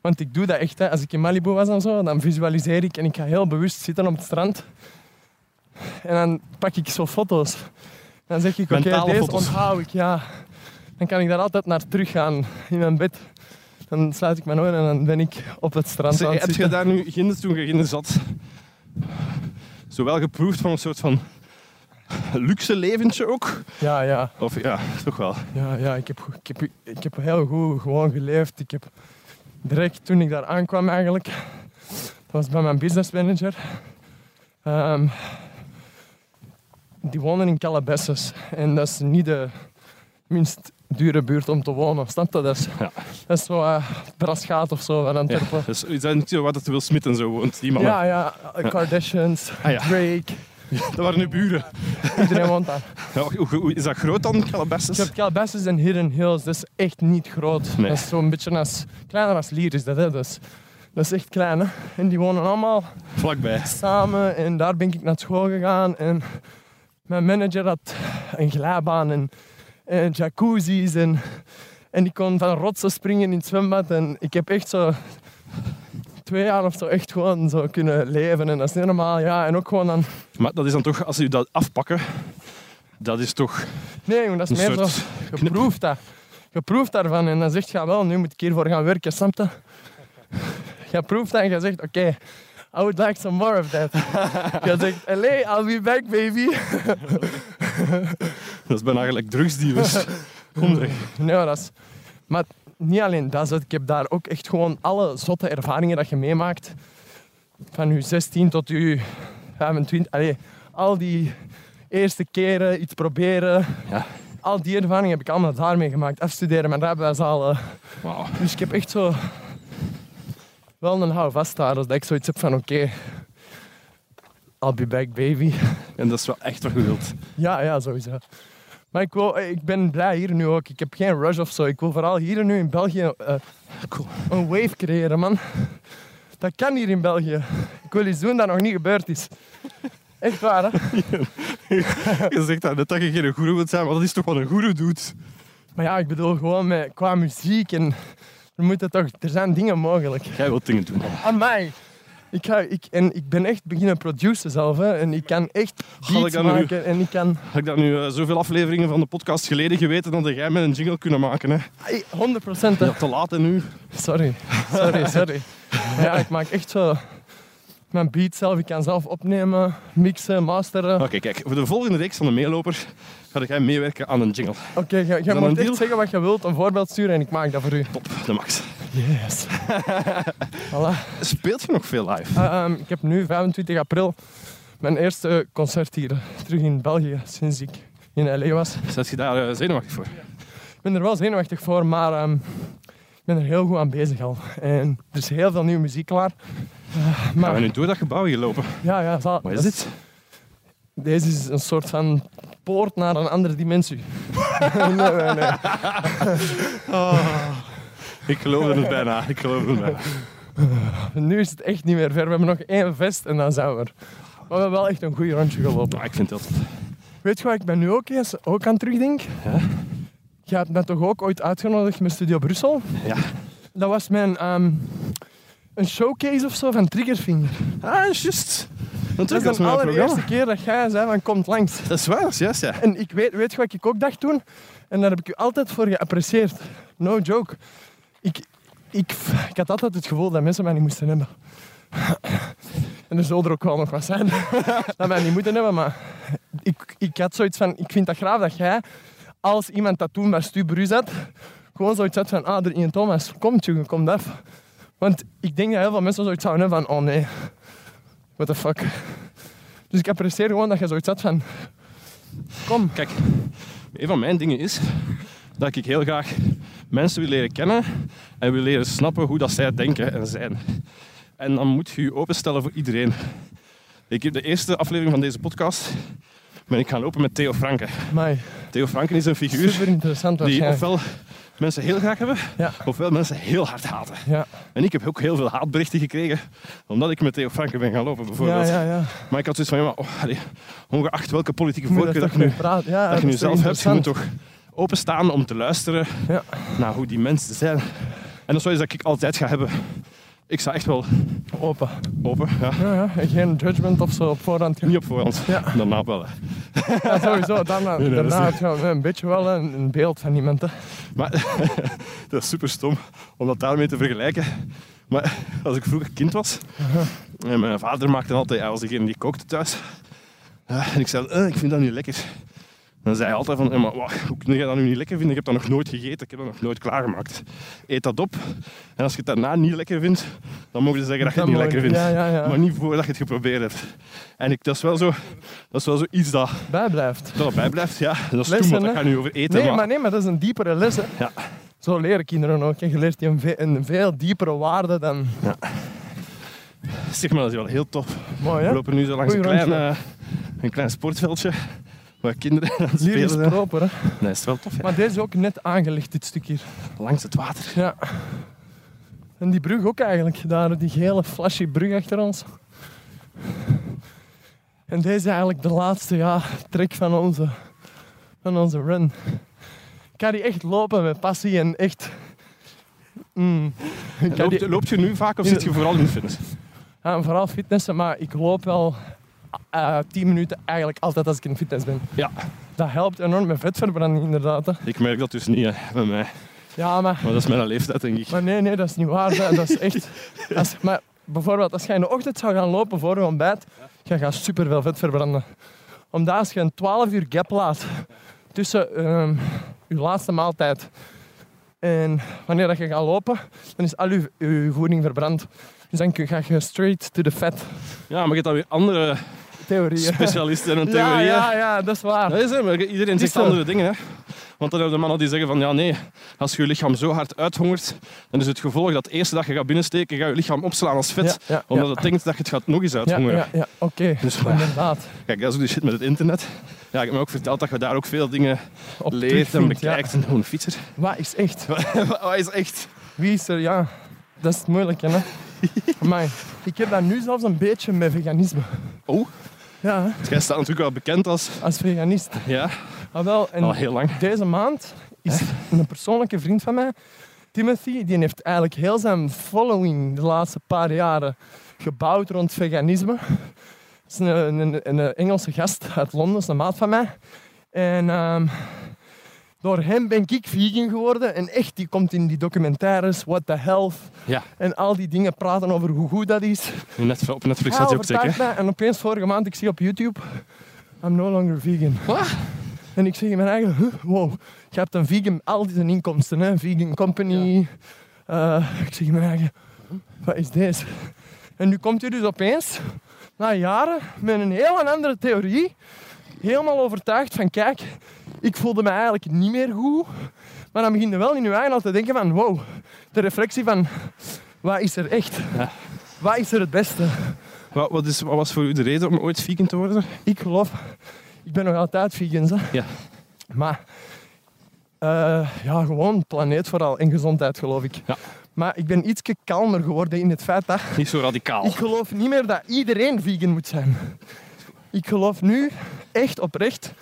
Speaker 1: Want ik doe dat echt, hè. Als ik in Malibu was en zo, dan visualiseer ik en ik ga heel bewust zitten op het strand. En dan pak ik zo foto's. Dan zeg ik, oké,
Speaker 2: Mentale
Speaker 1: deze
Speaker 2: foto's.
Speaker 1: onthoud ik, ja. Dan kan ik daar altijd naar teruggaan in mijn bed. Dan sluit ik mijn ogen en dan ben ik op het strand
Speaker 2: Zeg,
Speaker 1: aan het
Speaker 2: heb je
Speaker 1: zitten.
Speaker 2: daar nu ginder toen je ginder zat... Zowel geproefd van een soort van... Luxe leventje ook?
Speaker 1: Ja, ja.
Speaker 2: Of ja, toch wel.
Speaker 1: Ja, ja ik, heb, goed- ik, heb, ik heb heel goed gewoon geleefd. Ik heb direct toen ik daar aankwam eigenlijk, dat was bij mijn business manager. Ehm, die wonen in Calabasas en dat is niet de minst dure buurt om te wonen. Snap je? Dat is,
Speaker 2: Ja.
Speaker 1: dat is zo eh Braschaat of zo van
Speaker 2: Ja.
Speaker 1: Antwerpen.
Speaker 2: Dus, is dat niet zo waar dat Will Smith en zo woont? Die mannen.
Speaker 1: Ja, ja, Kardashians,
Speaker 2: Ah, ja.
Speaker 1: Drake,
Speaker 2: Dat waren de buren.
Speaker 1: iedereen woont daar.
Speaker 2: Ja, hoe- hoe- is dat groot dan, Calabasas?
Speaker 1: Je hebt Calabasas en Hidden Hills, dat is echt niet groot.
Speaker 2: Nee.
Speaker 1: Dat is zo'n beetje als, kleiner als Lier is dat, hè. Dus, dat is echt klein, hè. En die wonen allemaal
Speaker 2: Vlakbij.
Speaker 1: samen en daar ben ik naar school gegaan. En mijn manager had een glijbaan en, en jacuzzi's en, en ik kon van rotsen springen in het zwembad. En ik heb echt zo twee jaar of zo echt gewoon zo kunnen leven. En dat is niet normaal, ja. En ook gewoon dan...
Speaker 2: Maar dat is dan toch, als u dat afpakken, dat is toch
Speaker 1: Nee, jongen, dat
Speaker 2: een
Speaker 1: is meer
Speaker 2: soort...
Speaker 1: zo... Je proeft dat. Je proeft daarvan en dan zegt je wel, nu moet ik hiervoor gaan werken, snap je? Je proeft dat en je zegt, oké, I would like some more of that. je zegt, LA, I'll be back, baby.
Speaker 2: Dat is bijna eigenlijk drugsdealers. Onderweg.
Speaker 1: Nee, dat is... Maar niet alleen dat, zet, ik heb daar ook echt gewoon alle zotte ervaringen dat je meemaakt. Van je 16 tot je 25. Allee, al die eerste keren, iets proberen.
Speaker 2: Ja.
Speaker 1: Al die ervaringen heb ik allemaal daarmee gemaakt. Afstuderen, mijn rijbewijs halen.
Speaker 2: Wauw.
Speaker 1: Dus ik heb echt zo wel een houvast daar, dat ik zoiets heb van oké, I'll be back baby.
Speaker 2: En dat is wel echt wat je wilt.
Speaker 1: Ja, ja, sowieso. Maar ik, wil, ik ben blij hier nu ook. Ik heb geen rush of zo. Ik wil vooral hier nu in België eh,
Speaker 2: Cool.
Speaker 1: een wave creëren, man. Dat kan hier in België. Ik wil iets doen dat nog niet gebeurd is. Echt waar, hè?
Speaker 2: je zegt daar net dat je geen goeroe wilt zijn, maar dat is toch wat een goeroe doet.
Speaker 1: Maar ja, ik bedoel gewoon met, qua muziek en er, moeten toch, er zijn dingen mogelijk.
Speaker 2: Jij wilt dingen doen.
Speaker 1: Aan mij. Ik, ga, ik, en ik ben echt beginnen produceren zelf. Hè. En ik kan echt
Speaker 2: ik
Speaker 1: beats
Speaker 2: dan nu-
Speaker 1: maken. En ik kan...
Speaker 2: Had ik dat nu eh, zoveel afleveringen van de podcast geleden geweten, dan had jij met een jingle kunnen maken. Hè.
Speaker 1: Ai, 100 procent.
Speaker 2: Ja, te laat en nu.
Speaker 1: Sorry. Sorry, sorry. Maar ja, ik maak echt zo... Mijn beat zelf. Ik kan zelf opnemen, mixen, masteren.
Speaker 2: Oké,
Speaker 1: Oké,
Speaker 2: kijk. Voor de volgende reeks van de meeloper ga jij meewerken aan een jingle.
Speaker 1: jij- jij
Speaker 2: dan een
Speaker 1: moet
Speaker 2: deal?
Speaker 1: echt zeggen wat je wilt. Een voorbeeld sturen en ik maak dat voor u.
Speaker 2: Top, de max.
Speaker 1: Yes. voilà.
Speaker 2: Speelt je nog veel live?
Speaker 1: Ah, ehm, ik heb nu 25 april mijn eerste concert hier. Terug in België, sinds ik in LA was.
Speaker 2: Zet je daar eh, zenuwachtig voor?
Speaker 1: Ik ben er wel zenuwachtig voor, maar ehm, ik ben er heel goed aan bezig al. En er is heel veel nieuwe muziek klaar. Eh,
Speaker 2: Ah, Gaan we
Speaker 1: maar
Speaker 2: nu door dat gebouw hier lopen?
Speaker 1: ja, ja, zal-
Speaker 2: Wat is dit?
Speaker 1: Deze is een soort van poort naar een andere dimensie. nee, nee, nee.
Speaker 2: Ik geloof het bijna. Ik geloof het bijna.
Speaker 1: Nu is het echt niet meer ver. We hebben nog één vest en dan zijn we er. Maar we hebben wel echt een goed rondje gelopen.
Speaker 2: Maar Nou, ik vind dat...
Speaker 1: Weet je waar ik ben nu ook eens ook aan terugdenk? Je hebt net toch ook ooit uitgenodigd met Studio Brussel?
Speaker 2: Ja.
Speaker 1: Dat was mijn ehm, een showcase of zo van Triggerfinger.
Speaker 2: Ah, juist.
Speaker 1: Dat
Speaker 2: Natuurlijk,
Speaker 1: is
Speaker 2: dat is
Speaker 1: de
Speaker 2: mijn
Speaker 1: allereerste
Speaker 2: programma.
Speaker 1: keer dat jij zei van komt langs.
Speaker 2: Dat is waar, dat is juist, ja.
Speaker 1: En ik weet, weet je wat ik ook dacht toen? En daar heb ik u altijd voor geapprecieerd. No joke. Ik, ik, ik had altijd het gevoel dat mensen mij niet moesten hebben. En er zullen er ook wel nog wat zijn dat mij niet moeten hebben, maar ik, ik had zoiets van, ik vind dat graaf dat jij, als iemand dat toen bij Stu Bru zat, gewoon zoiets had van, ah, er Ian Thomas, komt jongen, komt af. Want ik denk dat heel veel mensen zoiets zouden hebben van, oh nee, what the fuck. Dus ik apprecieer gewoon dat je zoiets had van, kom,
Speaker 2: Kijk, een van mijn dingen is dat ik heel graag mensen wil leren kennen en wil leren snappen hoe dat zij denken en zijn. En dan moet je je openstellen voor iedereen. Ik heb de eerste aflevering van deze podcast ben ik gaan lopen met Theo Franken.
Speaker 1: mij.
Speaker 2: Theo Franken is een figuur
Speaker 1: Super interessant
Speaker 2: die
Speaker 1: waarschijnlijk.
Speaker 2: ofwel mensen heel graag hebben,
Speaker 1: Ja.
Speaker 2: ofwel mensen heel hard haten.
Speaker 1: Ja.
Speaker 2: En ik heb ook heel veel haatberichten gekregen, omdat ik met Theo Franken ben gaan lopen
Speaker 1: Ja,
Speaker 2: bijvoorbeeld.
Speaker 1: ja, ja.
Speaker 2: Maar ik had zoiets van, ja, maar, oh, allee, ongeacht welke politieke
Speaker 1: Moet
Speaker 2: voorkeur
Speaker 1: daar
Speaker 2: dat
Speaker 1: toch
Speaker 2: ik nu
Speaker 1: mee praten. Ja,
Speaker 2: dat je
Speaker 1: is toch
Speaker 2: nu zelf hebt. Je moet
Speaker 1: interessant.
Speaker 2: toch openstaan om te luisteren
Speaker 1: Ja.
Speaker 2: naar hoe die mensen zijn. En dat is wel iets dat ik altijd ga hebben. Ik sta echt wel
Speaker 1: Open.
Speaker 2: open. Ja.
Speaker 1: Ja, ja. en Geen judgment of zo op voorhand.
Speaker 2: Niet op voorhand.
Speaker 1: Ja.
Speaker 2: Daarna wel. hè.
Speaker 1: Ja, sowieso. Daarna,
Speaker 2: nee, dat is
Speaker 1: daarna
Speaker 2: niet-
Speaker 1: heb je wel een beetje wel een, een beeld van iemand. Hè.
Speaker 2: Maar dat is super stom om dat daarmee te vergelijken. Maar als ik vroeger kind was, en mijn vader maakte altijd, hij was degene die kookte thuis. Eh, En ik zei, eh, ik vind dat niet lekker. Dan zei hij altijd van, eh, maar wa- hoe kun je dat nu niet lekker vinden? Ik heb dat nog nooit gegeten, ik heb dat nog nooit klaargemaakt. Eet dat op. En als je het daarna niet lekker vindt, dan mogen ze zeggen dat je het
Speaker 1: Dan
Speaker 2: niet
Speaker 1: mogen-
Speaker 2: lekker vindt.
Speaker 1: ja, ja, ja.
Speaker 2: Maar niet voordat je het geprobeerd hebt. En ik, dat is wel zo, dat is wel zo iets dat,
Speaker 1: Bijblijft.
Speaker 2: dat erbij blijft. Ja, dat is
Speaker 1: Lessen,
Speaker 2: stom, want dat
Speaker 1: hè?
Speaker 2: gaat nu over eten.
Speaker 1: Nee,
Speaker 2: maar-
Speaker 1: maar, nee, maar dat is een diepere les. Hè.
Speaker 2: Ja.
Speaker 1: Zo leren kinderen ook. hè. Je leert die een, ve- een veel diepere waarde dan...
Speaker 2: Zeg maar, dat is wel heel tof.
Speaker 1: Mooi,
Speaker 2: We
Speaker 1: hè?
Speaker 2: lopen nu zo langs een
Speaker 1: Goeie
Speaker 2: klein,
Speaker 1: rondje.
Speaker 2: eh, een klein sportveldje waar kinderen aan het
Speaker 1: Hier
Speaker 2: spelen
Speaker 1: is
Speaker 2: zijn. Nee,
Speaker 1: proper, hè?
Speaker 2: dat is wel tof. ja.
Speaker 1: Maar deze is ook net aangelegd, dit stuk hier.
Speaker 2: Langs het water.
Speaker 1: Ja. En die brug ook eigenlijk, daar, die gele flashy brug achter ons. En deze is eigenlijk de laatste ja, trek van onze, van onze run. Ik kan die echt lopen met passie en echt... Mm. Ik kan
Speaker 2: Loopt,
Speaker 1: die,
Speaker 2: loopt je nu vaak of
Speaker 1: In
Speaker 2: zit
Speaker 1: de-
Speaker 2: je vooral in fitness?
Speaker 1: ja, vooral fitnessen, maar ik loop wel eh 10 minuten eigenlijk altijd als ik in fitness ben.
Speaker 2: Ja,
Speaker 1: Dat helpt enorm met vetverbranding inderdaad. hè.
Speaker 2: ik merk dat dus niet hè, bij mij.
Speaker 1: Ja, maar
Speaker 2: Maar dat is mijn leeftijd, denk ik.
Speaker 1: Maar nee, nee, dat is niet waar. Dat, dat is echt. Als, maar bijvoorbeeld, als je in de ochtend zou gaan lopen voor je ontbijt, je gaat super veel vet verbranden. Omdat als je een 12 uur gap laat tussen ehm, je laatste maaltijd en wanneer dat je gaat lopen, dan is al je, je voeding verbrand. Dus dan kun- ga je straight to the fat
Speaker 2: Ja, maar je hebt dan weer andere
Speaker 1: theorieën.
Speaker 2: specialisten en
Speaker 1: Ja,
Speaker 2: theorieën.
Speaker 1: ja, ja, dat is waar.
Speaker 2: Dat is hem. Iedereen zegt
Speaker 1: zo.
Speaker 2: andere dingen. Hè. Want dan hebben de mannen die zeggen van ja nee, als je je lichaam zo hard uithongert, dan is het gevolg dat de eerste dag je gaat binnensteken, ga je lichaam opslaan als vet.
Speaker 1: Ja, ja,
Speaker 2: omdat
Speaker 1: ja.
Speaker 2: het denkt dat je het gaat nog eens
Speaker 1: Ja,
Speaker 2: uithongeren.
Speaker 1: ja, ja oké.
Speaker 2: Dus, maar-
Speaker 1: Inderdaad.
Speaker 2: Kijk, dat is ook die shit met het internet. Ja, ik heb me ook verteld dat je daar ook veel dingen
Speaker 1: Op
Speaker 2: leert en
Speaker 1: terugvindt, ja.
Speaker 2: bekijkt. En gewoon een fietser.
Speaker 1: Wat is echt?
Speaker 2: Hij is echt...
Speaker 1: Wie is er? Ja, dat is het moeilijke, hè. Maar ik heb dat nu zelfs een beetje met veganisme.
Speaker 2: Oh,
Speaker 1: Ja, hè,
Speaker 2: Dus jij staat natuurlijk wel bekend als...
Speaker 1: als veganist.
Speaker 2: Ja,
Speaker 1: Ah, wel, en
Speaker 2: al heel lang.
Speaker 1: deze maand is een persoonlijke vriend van mij, Timothy, die heeft eigenlijk heel zijn following de laatste paar jaren gebouwd rond veganisme. Dat is een, een, een Engelse gast uit Londen, is een maat van mij. En ehm, door hem ben ik vegan geworden. En echt, die komt in die documentaires, What the Health,
Speaker 2: Ja,
Speaker 1: en al die dingen praten over hoe goed dat is.
Speaker 2: net, op Netflix
Speaker 1: Hij
Speaker 2: staat hij ook zeker.
Speaker 1: overtuigt mij en opeens vorige maand, ik zie op YouTube, I'm no longer vegan.
Speaker 2: Wat?
Speaker 1: En ik zeg in mijn eigen, huh, wow, je hebt een vegan, al die zijn inkomsten, hè, vegan company. Eh, ik zeg in mijn eigen, wat is deze? En nu komt hij dus opeens, na jaren, met een heel andere theorie, helemaal overtuigd van, kijk, ik voelde me eigenlijk niet meer goed. Maar dan begin je wel in je eigen al te denken van, wow, de reflectie van, wat is er echt?
Speaker 2: Ja.
Speaker 1: Wat is er het beste?
Speaker 2: Wat, wat, is, wat was voor u de reden om ooit vegan te worden?
Speaker 1: Ik geloof, ik ben nog altijd vegan, hè.
Speaker 2: Ja.
Speaker 1: maar eh, ja, gewoon planeet vooral en gezondheid geloof ik.
Speaker 2: Ja.
Speaker 1: Maar ik ben iets kalmer geworden in het feit dat
Speaker 2: Niet zo radicaal.
Speaker 1: ik geloof niet meer dat iedereen vegan moet zijn. Ik geloof nu echt oprecht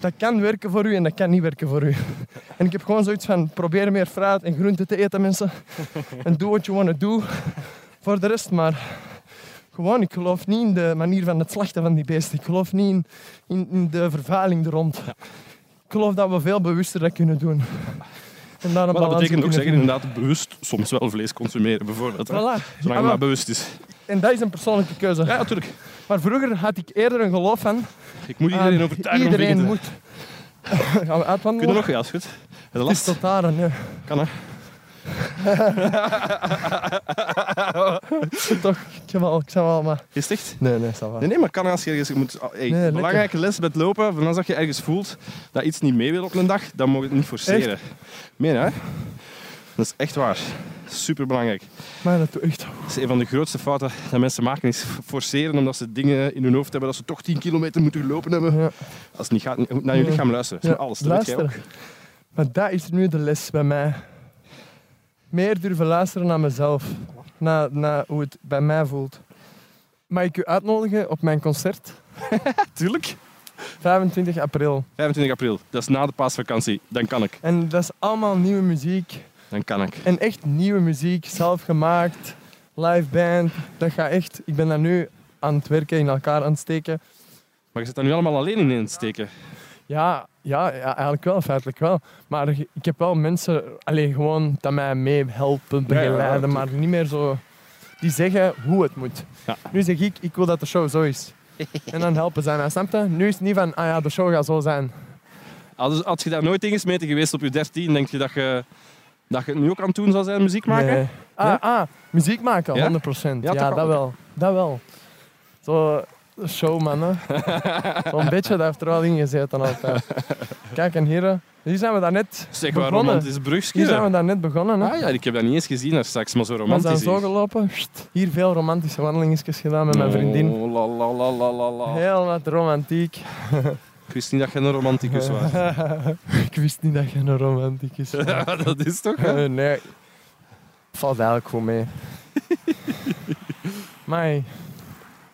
Speaker 1: dat kan werken voor u en dat kan niet werken voor u. En ik heb gewoon zoiets van probeer meer fruit en groenten te eten mensen. En doe what you wanna do voor de rest. Maar gewoon, ik geloof niet in de manier van het slachten van die beesten. Ik geloof niet in, in, in de vervuiling er rond. Ik geloof dat we veel bewuster dat kunnen doen. En daar een
Speaker 2: Maar dat
Speaker 1: balans in
Speaker 2: betekent ook
Speaker 1: kunnen
Speaker 2: zeggen,
Speaker 1: vinden.
Speaker 2: inderdaad bewust soms wel vlees consumeren, bijvoorbeeld. hè.
Speaker 1: Voilà.
Speaker 2: Zolang
Speaker 1: Ah,
Speaker 2: het maar
Speaker 1: wel.
Speaker 2: bewust is.
Speaker 1: En dat is een persoonlijke keuze.
Speaker 2: Ja, natuurlijk.
Speaker 1: Maar vroeger had ik eerder een geloof van...
Speaker 2: Ik moet iedereen
Speaker 1: ah,
Speaker 2: overtuigen om
Speaker 1: Iedereen
Speaker 2: vegan te
Speaker 1: moet. Gaan we uitwandelen?
Speaker 2: Kunnen nog? Ja, is goed. De
Speaker 1: Het is
Speaker 2: last
Speaker 1: tot daar, hè, nee.
Speaker 2: kan, hè.
Speaker 1: Toch, ik heb wel- ik zou wel, maar...
Speaker 2: Is het echt?
Speaker 1: Nee, nee, dat wel.
Speaker 2: Nee, nee, maar kan als je ergens je moet. ah, hey,
Speaker 1: Nee, lekker.
Speaker 2: belangrijke les bij het lopen, van als dat je ergens voelt dat iets niet mee wil op een dag, dan mag je het niet forceren. Meen je, hè? Dat is echt waar. Superbelangrijk.
Speaker 1: Maar dat doe echt...
Speaker 2: Dat is een van de grootste fouten dat mensen maken, is forceren omdat ze dingen in hun hoofd hebben dat ze toch 10 kilometer moeten lopen hebben.
Speaker 1: Ja.
Speaker 2: Als het niet gaat, je moet naar je
Speaker 1: Ja.
Speaker 2: lichaam luisteren. Dat is met alles, dat weet jij ook.
Speaker 1: luisteren. Maar dat is nu de les bij mij. Meer durven luisteren naar mezelf. Naar, naar hoe het bij mij voelt. Mag ik u uitnodigen op mijn concert?
Speaker 2: Tuurlijk.
Speaker 1: 25 april.
Speaker 2: 25 april, dat is na de paasvakantie. Dan kan ik.
Speaker 1: En dat is allemaal nieuwe muziek.
Speaker 2: Dan kan ik.
Speaker 1: En echt nieuwe muziek, zelf gemaakt, live band. Dat gaat echt... Ik ben daar nu aan het werken, in elkaar aan het steken.
Speaker 2: Maar je zit daar nu allemaal alleen in aan het steken.
Speaker 1: Ja, ja, ja eigenlijk wel, feitelijk wel. Maar ge- ik heb wel mensen alleen gewoon dat mij mee helpen,
Speaker 2: Ja, ja, ja,
Speaker 1: begeleiden, maar niet meer zo... Die zeggen hoe het moet.
Speaker 2: Ja.
Speaker 1: Nu zeg ik, ik wil dat de show zo is. En dan helpen zij mij, snap je? Nu is het niet van, ah ja, de show gaat zo zijn.
Speaker 2: Als- Had je daar nooit ingesmeten geweest op je 13, denk je dat je, dat je het nu ook aan het doen zou zijn, muziek maken?
Speaker 1: Nee. Ah,
Speaker 2: Ja?
Speaker 1: ah, muziek maken,
Speaker 2: Ja?
Speaker 1: 100%. Ja,
Speaker 2: Ja, toch
Speaker 1: dat
Speaker 2: wel.
Speaker 1: wel. Dat wel. Zo showman, hè. Zo'n beetje, dat heeft er wel in gezeten altijd. Kijk, en heren, hier zijn we daarnet
Speaker 2: Zeg maar,
Speaker 1: begonnen.
Speaker 2: romantisch brugje.
Speaker 1: hier zijn we daarnet begonnen, hè.
Speaker 2: Ah ja, ik heb dat niet eens gezien daar straks, maar zo
Speaker 1: We
Speaker 2: romantisch
Speaker 1: zijn zo
Speaker 2: is.
Speaker 1: gelopen. Sst. Hier veel romantische wandelingetjes gedaan met mijn vriendin.
Speaker 2: Oh, la, la, la, la, la, la.
Speaker 1: Heel wat romantiek.
Speaker 2: Ik wist niet dat je een romanticus was.
Speaker 1: ik wist niet dat je een romanticus was.
Speaker 2: dat is toch?
Speaker 1: Eh, nee. Valt eigenlijk goed mee. maar ik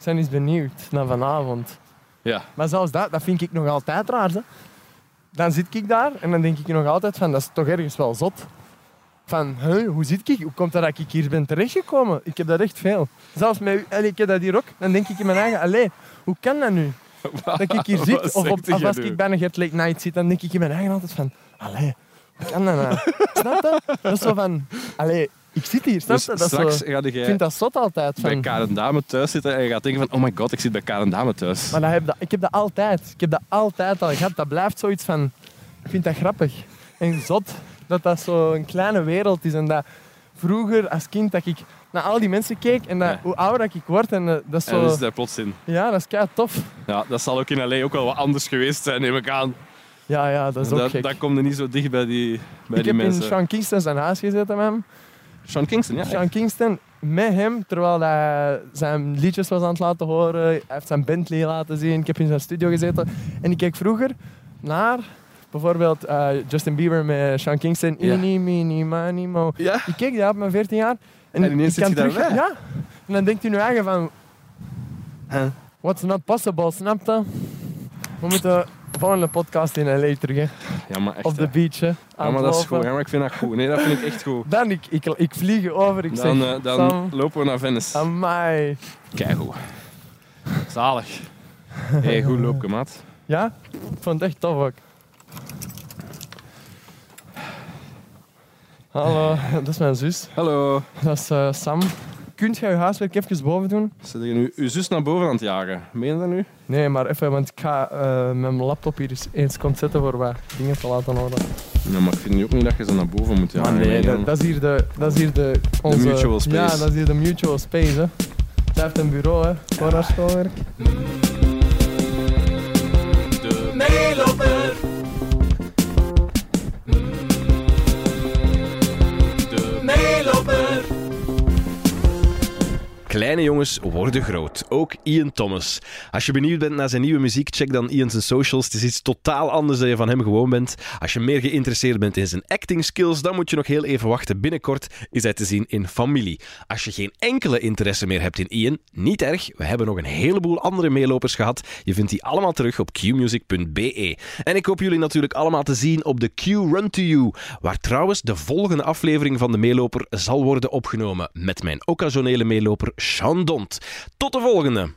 Speaker 1: ben eens benieuwd naar vanavond.
Speaker 2: Ja.
Speaker 1: Maar zelfs dat, dat vind ik nog altijd raar. Hè. Dan zit ik daar en dan denk ik nog altijd van, dat is toch ergens wel zot. Van, huh, hoe zit ik? Hoe komt dat dat ik hier ben terechtgekomen? Ik heb dat echt veel. Zelfs met u, allee, ik heb dat hier ook. Dan denk ik in mijn eigen, allee, hoe kan dat nu? Dat ik hier
Speaker 2: Wat
Speaker 1: zit, of, op,
Speaker 2: zegt
Speaker 1: of
Speaker 2: jij
Speaker 1: als
Speaker 2: nu?
Speaker 1: ik bij een Gert Late Night zit, dan denk ik in mijn eigen altijd van, allee, hoe kan dat nou? snap je? Dat is zo van, allee, ik zit hier, snap
Speaker 2: Dus
Speaker 1: je? Dat is zo-
Speaker 2: straks ga
Speaker 1: ik
Speaker 2: jij
Speaker 1: vind dat zot altijd.
Speaker 2: bij
Speaker 1: Van,
Speaker 2: Karen Dame thuis zitten en je gaat denken van oh my god, ik zit bij Karen Dame thuis.
Speaker 1: maar dat heb dat, ik heb dat altijd. Ik heb dat altijd al gehad. Dat blijft zoiets van... Ik vind dat grappig. En zot dat dat zo'n kleine wereld is. En dat vroeger als kind dat ik naar al die mensen keek. En dat,
Speaker 2: Ja. dus
Speaker 1: hoe ouder dat ik word. En eh, dat is
Speaker 2: En
Speaker 1: zo...
Speaker 2: dan is daar plots in.
Speaker 1: Ja, dat is kei tof.
Speaker 2: Ja, dat zal ook in L.A. ook wel wat anders geweest zijn, neem ik aan.
Speaker 1: Ja, ja, dat is ook
Speaker 2: Dat,
Speaker 1: gek.
Speaker 2: dat komt er niet zo dicht bij die, bij
Speaker 1: ik
Speaker 2: die
Speaker 1: heb
Speaker 2: mensen.
Speaker 1: in Sean Kingston zijn huis gezeten met hem.
Speaker 2: Sean Kingston, ja.
Speaker 1: Sean Kingston met hem, terwijl hij zijn liedjes was aan het laten horen. Hij heeft zijn Bentley laten zien. Ik heb in zijn studio gezeten. En ik keek vroeger naar bijvoorbeeld eh, Justin Bieber met Sean Kingston.
Speaker 2: Ja.
Speaker 1: Ini, mini, mani, mo.
Speaker 2: Ja?
Speaker 1: Ik keek daar op mijn 14 jaar. En,
Speaker 2: En ineens
Speaker 1: ik
Speaker 2: zit je daarbij.
Speaker 1: Ja. En dan denkt u nu eigen van...
Speaker 2: Huh?
Speaker 1: What's not possible, snap je? We moeten volgende podcast in LA terug, hè.
Speaker 2: Ja, maar echt.
Speaker 1: Op de
Speaker 2: hè.
Speaker 1: beach, hè.
Speaker 2: ja, maar dat is
Speaker 1: Aanlopen.
Speaker 2: goed. Ja, maar ik vind dat goed. Nee, dat vind ik echt goed.
Speaker 1: Dan, ik, ik, ik vlieg over, ik
Speaker 2: Dan,
Speaker 1: zeg...
Speaker 2: eh,
Speaker 1: Sam,
Speaker 2: dan lopen we naar Venice.
Speaker 1: Amai.
Speaker 2: Keigoed. Zalig. hey, goed lopen, maat.
Speaker 1: Ja? Ik vond het echt tof ook. Hallo, dat is mijn zus.
Speaker 2: Hallo.
Speaker 1: Dat is eh, Sam. Kunt jij je huiswerk even boven doen?
Speaker 2: Ze je nu uw zus naar boven aan het jagen. Meen je dat nu?
Speaker 1: Nee, maar even, want ik ga eh, mijn laptop hier eens, eens komt zetten voor wat dingen te laten horen.
Speaker 2: Ja, maar ik vind nu ook niet dat je ze naar boven moet jagen.
Speaker 1: nee, dat,
Speaker 2: man.
Speaker 1: dat is hier de... Dat is hier de, onze,
Speaker 2: mutual space.
Speaker 1: Ja, dat is hier de mutual space, hè. Zij heeft een bureau, hè, voor haar schoolwerk.
Speaker 2: De meeloper.
Speaker 4: Kleine jongens worden groot. Ook Ian Thomas. Als je benieuwd bent naar zijn nieuwe muziek, check dan Ian zijn socials. Het is iets totaal anders dan je van hem gewoon bent. Als je meer geïnteresseerd bent in zijn acting skills, dan moet je nog heel even wachten. Binnenkort is hij te zien in Familie. Als je geen enkele interesse meer hebt in Ian, niet erg. We hebben nog een heleboel andere meelopers gehad. Je vindt die allemaal terug op qmusic.be. En ik hoop jullie natuurlijk allemaal te zien op de Q Run to You, waar trouwens de volgende aflevering van de meeloper zal worden opgenomen met mijn occasionele meeloper Sean Dont. Tot de volgende!